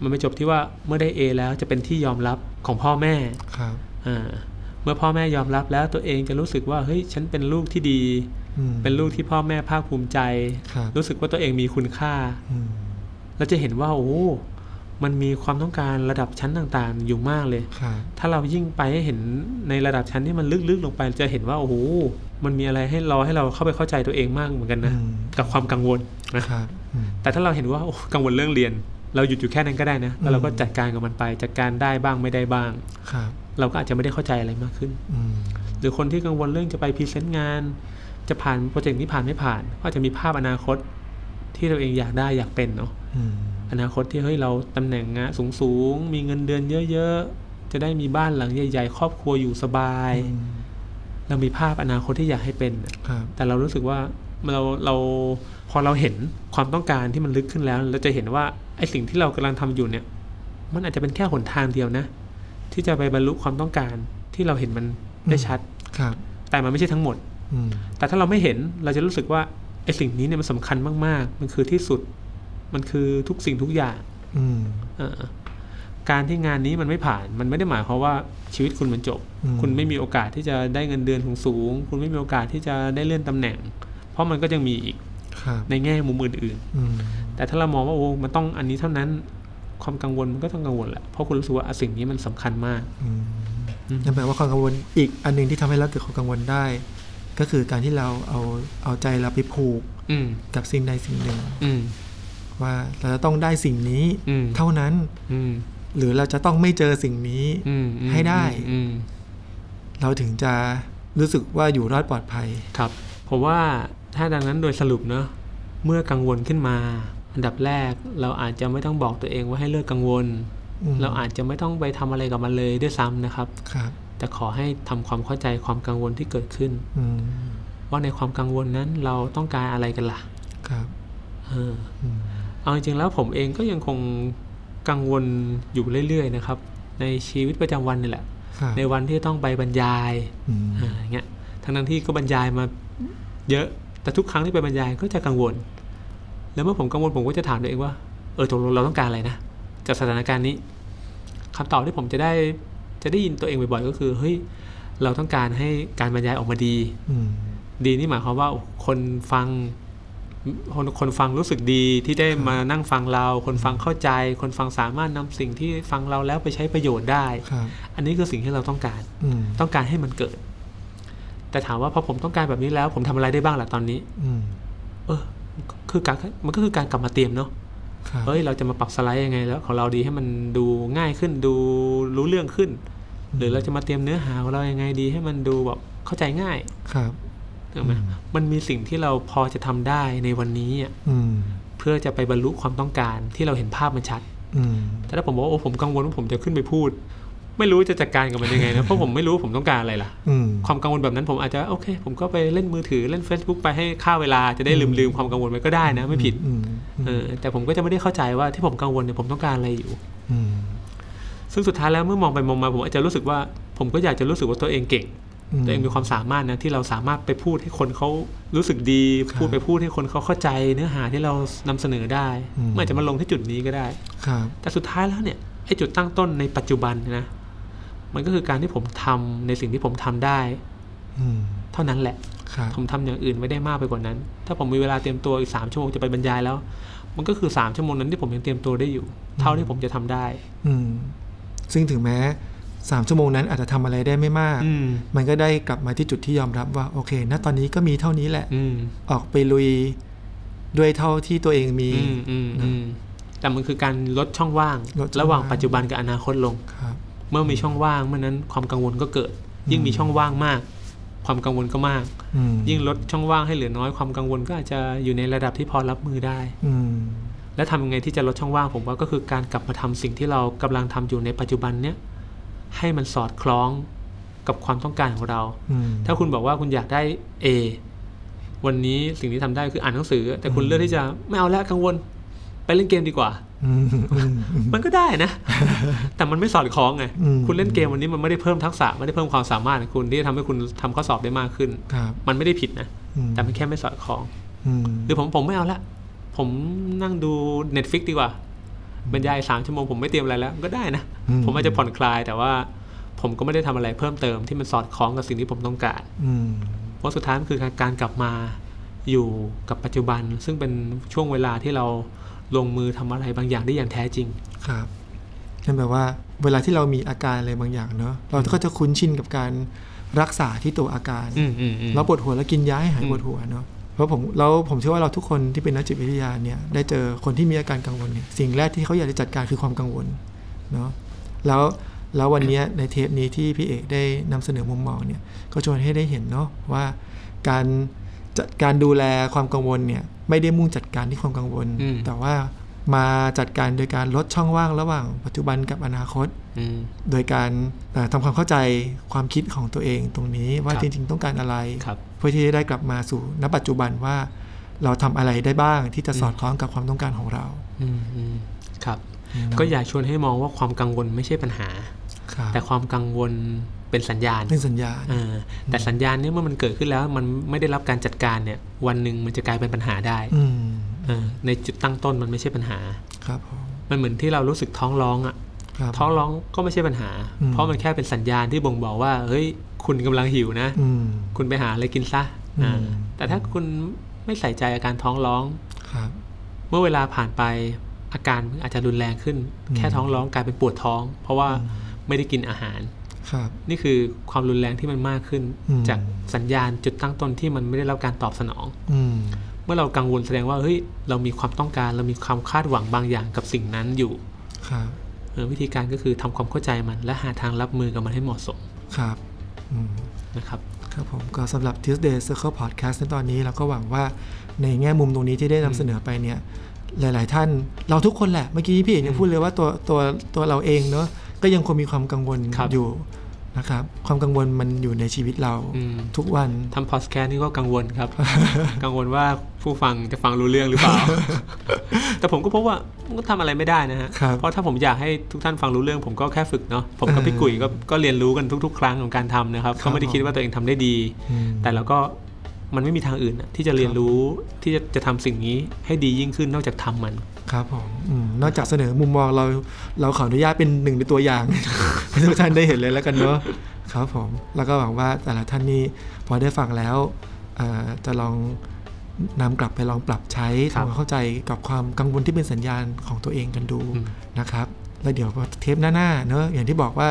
[SPEAKER 3] มันไม่จบที่ว่าเมื่อได้ A แล้วจะเป็นที่ยอมรับของพ่อแม่
[SPEAKER 2] ครับ
[SPEAKER 3] อ่าเมื่อพ่อแม่ยอมรับแล้วตัวเองจะรู้สึกว่าเฮ้ยฉันเป็นลูกที่ดี
[SPEAKER 2] อืม
[SPEAKER 3] เป็นลูกที่พ่อแม่ภาคภูมิใจ
[SPEAKER 2] ครับ
[SPEAKER 3] รู้สึกว่าตัวเองมีคุณค่า
[SPEAKER 2] อืม
[SPEAKER 3] เราจะเห็นว่าโอ้โหมันมีความต้องการระดับชั้นต่างๆ อยู่มากเลย
[SPEAKER 2] ครับ
[SPEAKER 3] ถ้าเรายิ่งไปให้เห็นในระดับชั้นที่มันลึกๆลงไปจะเห็นว่าโอ้โหมันมีอะไรให้รอให้เราเข้าไปเข้าใจตัวเองมากเหมือนกันนะ
[SPEAKER 2] อืม
[SPEAKER 3] กับความกังวลนะครับ
[SPEAKER 2] อืม
[SPEAKER 3] แต่ถ้าเราเห็นว่าโอ้กังวลเรื่องเรียน เราหยุดอยู่แค่นั้นก็ได้นะแล้วเราก็
[SPEAKER 2] อืม
[SPEAKER 3] จัดการกับมันไปจัดการได้บ้างไม่ได้บ้าง
[SPEAKER 2] ครับ
[SPEAKER 3] เราก็อาจจะไม่ได้เข้าใจอะไรมากขึ้น
[SPEAKER 2] อืม
[SPEAKER 3] หรือคนที่กังวลเรื่องจะไปพรีเซนต์งาน จะผ่านโปรเจกต์นี้ผ่านไม่ผ่านก็อาจจะมีภาพอนาคตที่ตัวเองอยากได้อยากเป็นเนาะ
[SPEAKER 2] อืม
[SPEAKER 3] อนาคตที่เฮ้ยเราตำแหน่งงานสูงๆ มีเงินเดือนเยอะๆ จะได้มีบ้านหลังใหญ่ๆ ครอบครัวอยู่สบาย
[SPEAKER 2] อืม
[SPEAKER 3] เรามีภาพอนาคตที่อยากให้เป็นน่ะ
[SPEAKER 2] ครับ
[SPEAKER 3] แต่เรารู้สึกว่าเราเราพอเราเห็นความต้องการที่มันลึกขึ้นแล้ว เราจะเห็นว่าไอ้สิ่งที่เรากำลังทำอยู่เนี่ย มันอาจจะเป็นแค่หนทางเดียวนะ ที่จะไปบรรลุความต้องการที่เราเห็นมันได้ชัด
[SPEAKER 2] ครับ
[SPEAKER 3] แต่มันไม่ใช่ทั้งหมด
[SPEAKER 2] อืม
[SPEAKER 3] แต่ถ้าเราไม่เห็นเราจะรู้สึกว่าไอ้สิ่งนี้เนี่ยมันสำคัญมากๆ มันคือที่สุด มันคือทุกสิ่งทุกอย่าง
[SPEAKER 2] อืม
[SPEAKER 3] เออการที่งานนี้มันไม่ผ่านมันไม่ได้หมายความว่าชีวิตคุณมันจบ
[SPEAKER 2] อืม
[SPEAKER 3] คุณไม่มีโอกาสที่จะได้เงินเดือนสูงๆคุณไม่มีโอกาสที่จะได้เลื่อนตำแหน่ง เพราะมันก็ยังมีอีก
[SPEAKER 2] ครับ
[SPEAKER 3] ในแง่มุมอื่น
[SPEAKER 2] อืม
[SPEAKER 3] ๆ แต่ถ้าเรามองว่าโอ้มันต้องอันนี้เท่านั้น ความกังวลมันก็ต้องกังวลแหละเพราะคุณรู้สึกว่าอ่ะสิ่งนี้มันสำคัญมาก
[SPEAKER 2] อืม
[SPEAKER 3] อืม
[SPEAKER 2] นั่นแปลว่าความกังวลอีกอันหนึงที่ทำให้เราเกิดความกังวลได้ ก็คือการที่เราเอาเอาใจเราไปผูก
[SPEAKER 3] อืม
[SPEAKER 2] กับสิ่งใดสิ่งหนึ่ง
[SPEAKER 3] อืม
[SPEAKER 2] ว่าเราจะต้องได้สิ่งนี้
[SPEAKER 3] อืม
[SPEAKER 2] เท่านั้น
[SPEAKER 3] อืม
[SPEAKER 2] หรือเราจะต้องไม่เจอสิ่งนี้
[SPEAKER 3] อืมอืม
[SPEAKER 2] ให้ได้
[SPEAKER 3] อืม
[SPEAKER 2] เราถึงจะรู้สึกว่าอยู่รอดปลอดภัย
[SPEAKER 3] ครับผมว่าถ้าดังนั้นโดยสรุปเนอะเมื่อกังวลขึ้นมา อันดับแรกเราอาจจะไม่ต้องบอกตัวเองว่าให้เลิกกังวล
[SPEAKER 2] อืม
[SPEAKER 3] เราอาจจะไม่ต้องไปทำอะไรกับมันเลยด้วยซ้ำนะครับ
[SPEAKER 2] ครับ
[SPEAKER 3] แต่ขอให้ทำความเข้าใจความกังวลที่เกิดขึ้น
[SPEAKER 2] อืม
[SPEAKER 3] ว่าในความกังวลนั้นเราต้องการอะไรกันล่ะ
[SPEAKER 2] ครับ
[SPEAKER 3] เออ
[SPEAKER 2] อืม
[SPEAKER 3] เอาจริงๆแล้วผมเองก็ยังคงกังวลอยู่เรื่อยๆนะครับ ในชีวิตประจำวันนี่แหละ
[SPEAKER 2] ครับ
[SPEAKER 3] ในวันที่ต้องไปบรรยาย
[SPEAKER 2] อืม
[SPEAKER 3] อ่าอย่างเงี้ยทั้งนั้นที่ก็บรรยายมาเยอะ แต่ทุกครั้งที่ไปบรรยายก็จะกังวล แล้วเมื่อผมกังวลผมก็จะถามตัวเองว่า เออตกลงเราต้องการอะไรนะ จากสถานการณ์นี้คำตอบที่ผมจะได้จะได้ยินตัวเองบ่อยๆก็คือ เฮ้ย เราต้องการให้การบรรยายออกมาดี
[SPEAKER 2] อืม
[SPEAKER 3] ดีนี่หมายความว่าคนฟังคนคนฟังรู้สึกดีที่ได้มานั่งฟังเรา คนฟังเข้าใจ คนฟังสามารถนำสิ่งที่ฟังเราแล้วไปใช้ประโยชน์ได้
[SPEAKER 2] ครับ
[SPEAKER 3] อันนี้คือสิ่งที่เราต้องการ
[SPEAKER 2] อืม
[SPEAKER 3] ต้องการให้มันเกิด แต่ถามว่าพอผมต้องการแบบนี้แล้ว ผมทำอะไรได้บ้างล่ะตอนนี้
[SPEAKER 2] อืม
[SPEAKER 3] เออคือการมันก็คือการกลับมาเตรียมเนาะ
[SPEAKER 2] ครับ
[SPEAKER 3] เฮ้ยเราจะมาปรับสไลด์ยังไงแล้ว ของเราดีให้มันดูง่ายขึ้นดูรู้เรื่องขึ้น หรือเราจะมาเตรียมเนื้อหาของเรายังไงดีให้มันดูแบบเข้าใจง่าย
[SPEAKER 2] ครับ
[SPEAKER 3] ถูกไหม
[SPEAKER 2] อืม
[SPEAKER 3] มันมีสิ่งที่เราพอจะทำได้ในวันนี้อะ
[SPEAKER 2] อืม
[SPEAKER 3] เพื่อจะไปบรรลุความต้องการที่เราเห็นภาพมันชัด
[SPEAKER 2] อืม
[SPEAKER 3] แต่ถ้าผมบอกว่าโอ้ผมกังวลว่าผมจะขึ้นไปพูด ไม่รู้จะจัดการกับมันยังไงนะเพราะผมไม่รู้ว่าผมต้องการอะไรล่ะ
[SPEAKER 2] อืม
[SPEAKER 3] ความกังวลแบบนั้นผมอาจจะโอเค ผมก็ไปเล่นมือถือเล่น Facebook ไปให้ค่าเวลาจะได้ลืมลืมความกังวลไปก็ได้นะ ไม่ผิด
[SPEAKER 2] อืมอืม
[SPEAKER 3] เออแต่ผมก็จะไม่ได้เข้าใจว่าที่ผมกังวลเนี่ยผมต้องการอะไรอยู่
[SPEAKER 2] อืม
[SPEAKER 3] ซึ่งสุดท้ายแล้วเมื่อมองไปมองมาผมอาจจะรู้สึกว่า ผมก็อยากจะรู้สึกว่าตัวเองเก่ง
[SPEAKER 2] อืม
[SPEAKER 3] ตัวเองมีความสามารถนะที่เราสามารถไปพูดให้คนเขารู้สึกดี
[SPEAKER 2] ครับ
[SPEAKER 3] พูดไปพูดให้คนเขาเข้าใจเนื้อหาที่เรานำเสนอได้มันอาจจะมาลงที่จุดนี้ก็ได้
[SPEAKER 2] ครับ
[SPEAKER 3] แต่สุดท้ายแล้วเนี่ยไอ้จุดตั้งต้นในปัจจุบันเนยนะมันก็คือการที่ผมทำในสิ่งที่ผมทำได้
[SPEAKER 2] อืม
[SPEAKER 3] เท่านั้นแหละ
[SPEAKER 2] ครับ
[SPEAKER 3] ผมทำอย่างอื่นไม่ได้มากไปกว่านั้น ถ้าผมมีเวลาเตรียมตัวอีกสามชั่วโมงจะไปบรรยายแล้ว มันก็คือสามชั่วโมงนั้นที่ผมยังเตรียมตัวได้อยู่ เท่าที่ผมจะทำได้
[SPEAKER 2] อืมซึ่งถึงแม้สามชั่วโมงนั้นอาจจะทำอะไรได้ไม่มาก
[SPEAKER 3] อืม
[SPEAKER 2] มันก็ได้กลับมาที่จุดที่ยอมรับว่าโอเค ณตอนนี้ก็มีเท่านี้แหละ
[SPEAKER 3] อืม
[SPEAKER 2] ออกไปลุยด้วยเท่าที่ตัวเองมี
[SPEAKER 3] อืม อืม อืม แต่มันคือการลดช่องว่าง
[SPEAKER 2] ลดช่องว่าง
[SPEAKER 3] ระหว่างปัจจุบันกับอนาคตลง
[SPEAKER 2] ครับ
[SPEAKER 3] เมื่อมีช่องว่างเมื่อนั้นความกังวลก็เกิด ยิ่งมีช่องว่างมาก ความกังวลก็มาก
[SPEAKER 2] อืม
[SPEAKER 3] ยิ่งลดช่องว่างให้เหลือน้อยความกังวลก็อาจจะอยู่ในระดับที่พอรับมือได้
[SPEAKER 2] อืม
[SPEAKER 3] และทำยังไงที่จะลดช่องว่างผมว่าก็คือการกลับมาทำสิ่งที่เรากำลังทำอยู่ในปัจจุบันเนี้ยให้มันสอดคล้องกับความต้องการของเรา
[SPEAKER 2] อืม
[SPEAKER 3] ถ้าคุณบอกว่าคุณอยากได้ A วันนี้สิ่งที่ทำได้คืออ่านหนังสือ แต่คุณเลือกที่จะไม่เอาละกังวล ไปเล่นเกมดีกว่า
[SPEAKER 2] อืมอืมอืม
[SPEAKER 3] มันก็ได้นะ แต่มันไม่สอดคล้องไง
[SPEAKER 2] อืม
[SPEAKER 3] คุณเล่นเกมวันนี้มันไม่ได้เพิ่มทักษะไม่ได้เพิ่มความสามารถของคุณที่จะทำให้คุณทำข้อสอบได้มากขึ้น
[SPEAKER 2] ครับ
[SPEAKER 3] มันไม่ได้ผิดนะ
[SPEAKER 2] อืม
[SPEAKER 3] แต่มันแค่ไม่สอดคล้อง
[SPEAKER 2] อืม
[SPEAKER 3] หรือผมผมไม่เอาละผมนั่งดู Netflix ดีกว่า บรรยายสามชั่วโมงผมไม่เตรียมอะไรแล้วก็ได้นะ ผมอาจจะผ่อนคลายแต่ว่าผมก็ไม่ได้ทำอะไรเพิ่มเติมที่มันสอดคล้องกับสิ่งที่ผมต้องการ
[SPEAKER 2] อืม
[SPEAKER 3] เพราะสุดท้ายมันคือการกลับมาอยู่กับปัจจุบัน ซึ่งเป็นช่วงเวลาที่เราลงมือทำอะไรบางอย่างได้อย่างแท้จริง
[SPEAKER 2] ครับนั่นแปลว่า เวลาที่เรามีอาการอะไรบางอย่างเนอะเราก็จะคุ้นชินกับการรักษาที่ตัวอาการ
[SPEAKER 3] อืมอืมอืม
[SPEAKER 2] เราปวดหัวแล้วกินยาให้หาย
[SPEAKER 3] อืม
[SPEAKER 2] ปวดหัวเนาะเพราะผมเราผมเชื่อว่าเราทุกคนที่เป็นนักจิตวิทยาเนี่ยได้เจอคนที่มีอาการกังวลเนี่ยสิ่งแรกที่เขาอยากจะจัดการคือความกังวลเนาะแล้วแล้ววันเนี้ยในเทปนี้ที่พี่เอกได้นำเสนอมุมมองเนี่ยก็ชวนให้ได้เห็นเนาะว่าการจัดการดูแลความกังวลเนี่ยไม่ได้มุ่งจัดการที่ความกังวล
[SPEAKER 3] อืม
[SPEAKER 2] แต่ว่ามาจัดการโดยการลดช่องว่างระหว่าง ปัจจุบันกับอนาคต
[SPEAKER 3] อืม
[SPEAKER 2] โดยการเอ่อทำความเข้าใจความคิดของตัวเองตรงนี้ว่า
[SPEAKER 3] ครับ
[SPEAKER 2] จริง ๆ ต้องการอะไร
[SPEAKER 3] ครับ
[SPEAKER 2] เพื่อที่จะได้กลับมาสู่ณปัจจุบันว่า เราทำอะไรได้บ้างที่จะสอดคล้องกับความต้องการของเรา
[SPEAKER 3] อืมอืมครับ
[SPEAKER 2] อืม
[SPEAKER 3] ก็อยากชวนให้มองว่าความกังวลไม่ใช่ปัญหา
[SPEAKER 2] ครับ
[SPEAKER 3] แต่ความกังวลเป็นสัญญาณ
[SPEAKER 2] เป็นสัญญาณ
[SPEAKER 3] อ่าแต่สัญญาณเนี่ยเมื่อมันเกิดขึ้นแล้วมันไม่ได้รับการจัดการเนี่ย วันหนึ่งมันจะกลายเป็นปัญหาได้
[SPEAKER 2] อืม
[SPEAKER 3] เออในจุดตั้งต้นมันไม่ใช่ปัญหา
[SPEAKER 2] ครับผม
[SPEAKER 3] มันเหมือนที่เรารู้สึกท้องร้องอะ
[SPEAKER 2] ครับ
[SPEAKER 3] ท้องร้องก็ไม่ใช่ปัญหา
[SPEAKER 2] อืม
[SPEAKER 3] เพราะมันแค่เป็นสัญญาณที่บ่งบอกว่าเฮ้ยคุณกำลังหิวนะ
[SPEAKER 2] อืม
[SPEAKER 3] คุณไปหาอะไรกินซะ
[SPEAKER 2] อืม
[SPEAKER 3] อ่าแต่ถ้าคุณไม่ใส่ใจอาการท้องร้อง
[SPEAKER 2] ครับ
[SPEAKER 3] เมื่อเวลาผ่านไปอาการมันอาจจะรุนแรงขึ้น
[SPEAKER 2] อืม
[SPEAKER 3] แค่ท้องร้องกลายเป็นปวดท้อง เพราะว่าไม่ได้กินอาหาร
[SPEAKER 2] ครับ
[SPEAKER 3] นี่คือความรุนแรงที่มันมากขึ้น
[SPEAKER 2] อืม
[SPEAKER 3] จากสัญญาณจุดตั้งต้นที่มันไม่ได้รับการตอบสนอง
[SPEAKER 2] อืม
[SPEAKER 3] เมื่อเรากังวลแสดงว่าเฮ้ยเรามีความต้องการ เรามีความคาดหวังบางอย่างกับสิ่งนั้นอยู่
[SPEAKER 2] ครับ
[SPEAKER 3] เออวิธีการก็คือทำความเข้าใจมัน และหาทางรับมือกับมันให้เหมาะสม
[SPEAKER 2] ครับอืม
[SPEAKER 3] นะครับ
[SPEAKER 2] ครับผมก็สำหรับ Tuesday Circle Podcast ในตอนนี้เราก็หวังว่าในแง่มุมตรงนี้ที่ได้นำเสนอไปเนี่ย หลาย ๆ ท่านเราทุกคนแหละ เมื่อกี้พี่เอกยังพูดเลยว่าตัวตัวตัวเราเองเนอะก็ยังคงมีความกังวล
[SPEAKER 3] ครับ
[SPEAKER 2] อยู่นะครับ ความกังวลมันอยู่ในชีวิตเรา
[SPEAKER 3] อืม
[SPEAKER 2] ทุกวัน
[SPEAKER 3] ทำพอดแคสต์นี่ก็กังวล ครับ กังวลว่าผู้ฟังจะฟังรู้เรื่องหรือเปล่า แต่ผมก็พบว่าก็ทำอะไรไม่ได้นะฮะ
[SPEAKER 2] ครับ
[SPEAKER 3] เพราะถ้าผมอยากให้ทุกท่านฟังรู้เรื่อง ผมก็แค่ฝึกเนาะผมกับ
[SPEAKER 2] เออ
[SPEAKER 3] พี่กุ้ยก็ก็เรียนรู้กันทุก ๆ ครั้งของการทำนะครับ
[SPEAKER 2] ครับ
[SPEAKER 3] ก็ไม่ได้คิดว่าตัวเองทำได้ดี
[SPEAKER 2] อืม
[SPEAKER 3] แต่เราก็มันไม่มีทางอื่นอะที่จะเรียนรู้ที่จะจะทำสิ่งนี้ให้ดียิ่งขึ้นนอกจากทำมัน
[SPEAKER 2] ครับผมอมนอกจากเสนอมุมมองเราเราขออนุญาตเป็นหนึ่งในตัวอย่าง ให้ทุกท่านได้เห็นเลยแล้วกันเนาะครับผมแล้วก็หวังว่าแต่ละท่านนี่พอได้ฟังแล้วเอ่อจะลองนำกลับไปลองปรับใช้
[SPEAKER 3] ครับ
[SPEAKER 2] ทำความเข้าใจกับความกังวลที่เป็นสัญญาณของตัวเองกันดู
[SPEAKER 3] อืม
[SPEAKER 2] นะครับ แล้วเดี๋ยวเทปหน้าๆเนอะอย่างที่บอกว่า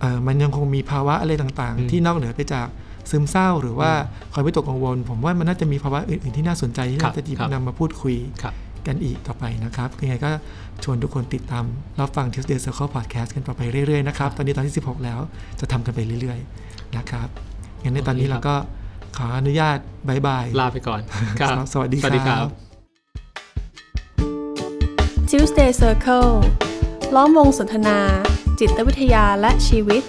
[SPEAKER 2] เอ่อมันยังคงมีภาวะอะไรต่างๆ ที่นอกเหนือไปจากซึมเศร้าหรือว่าความวิตกกังวล ผมว่ามันน่าจะมีภาวะอื่นๆที่น่าสนใจที่เราจะหยิบนำมาพูดคุย
[SPEAKER 3] ครับ
[SPEAKER 2] กันอีกต่อไปนะครับยังไงก็ชวนทุกคนติดตามรับฟัง Tuesday Circle Podcast กันต่อไปเรื่อยๆนะครับ ตอนนี้ตอนที่ 16 แล้วจะทำกันไปเรื่อยๆนะครับงั้นในตอนนี้
[SPEAKER 3] โอเคครับ
[SPEAKER 2] เราก็ขออนุญาตบายบาย
[SPEAKER 3] ลาไปก่อนครับ
[SPEAKER 2] สวัสดีครับ
[SPEAKER 3] ครับ
[SPEAKER 1] Tuesday Circle ล้อมวงสนทนา จิตวิทยาและชีวิต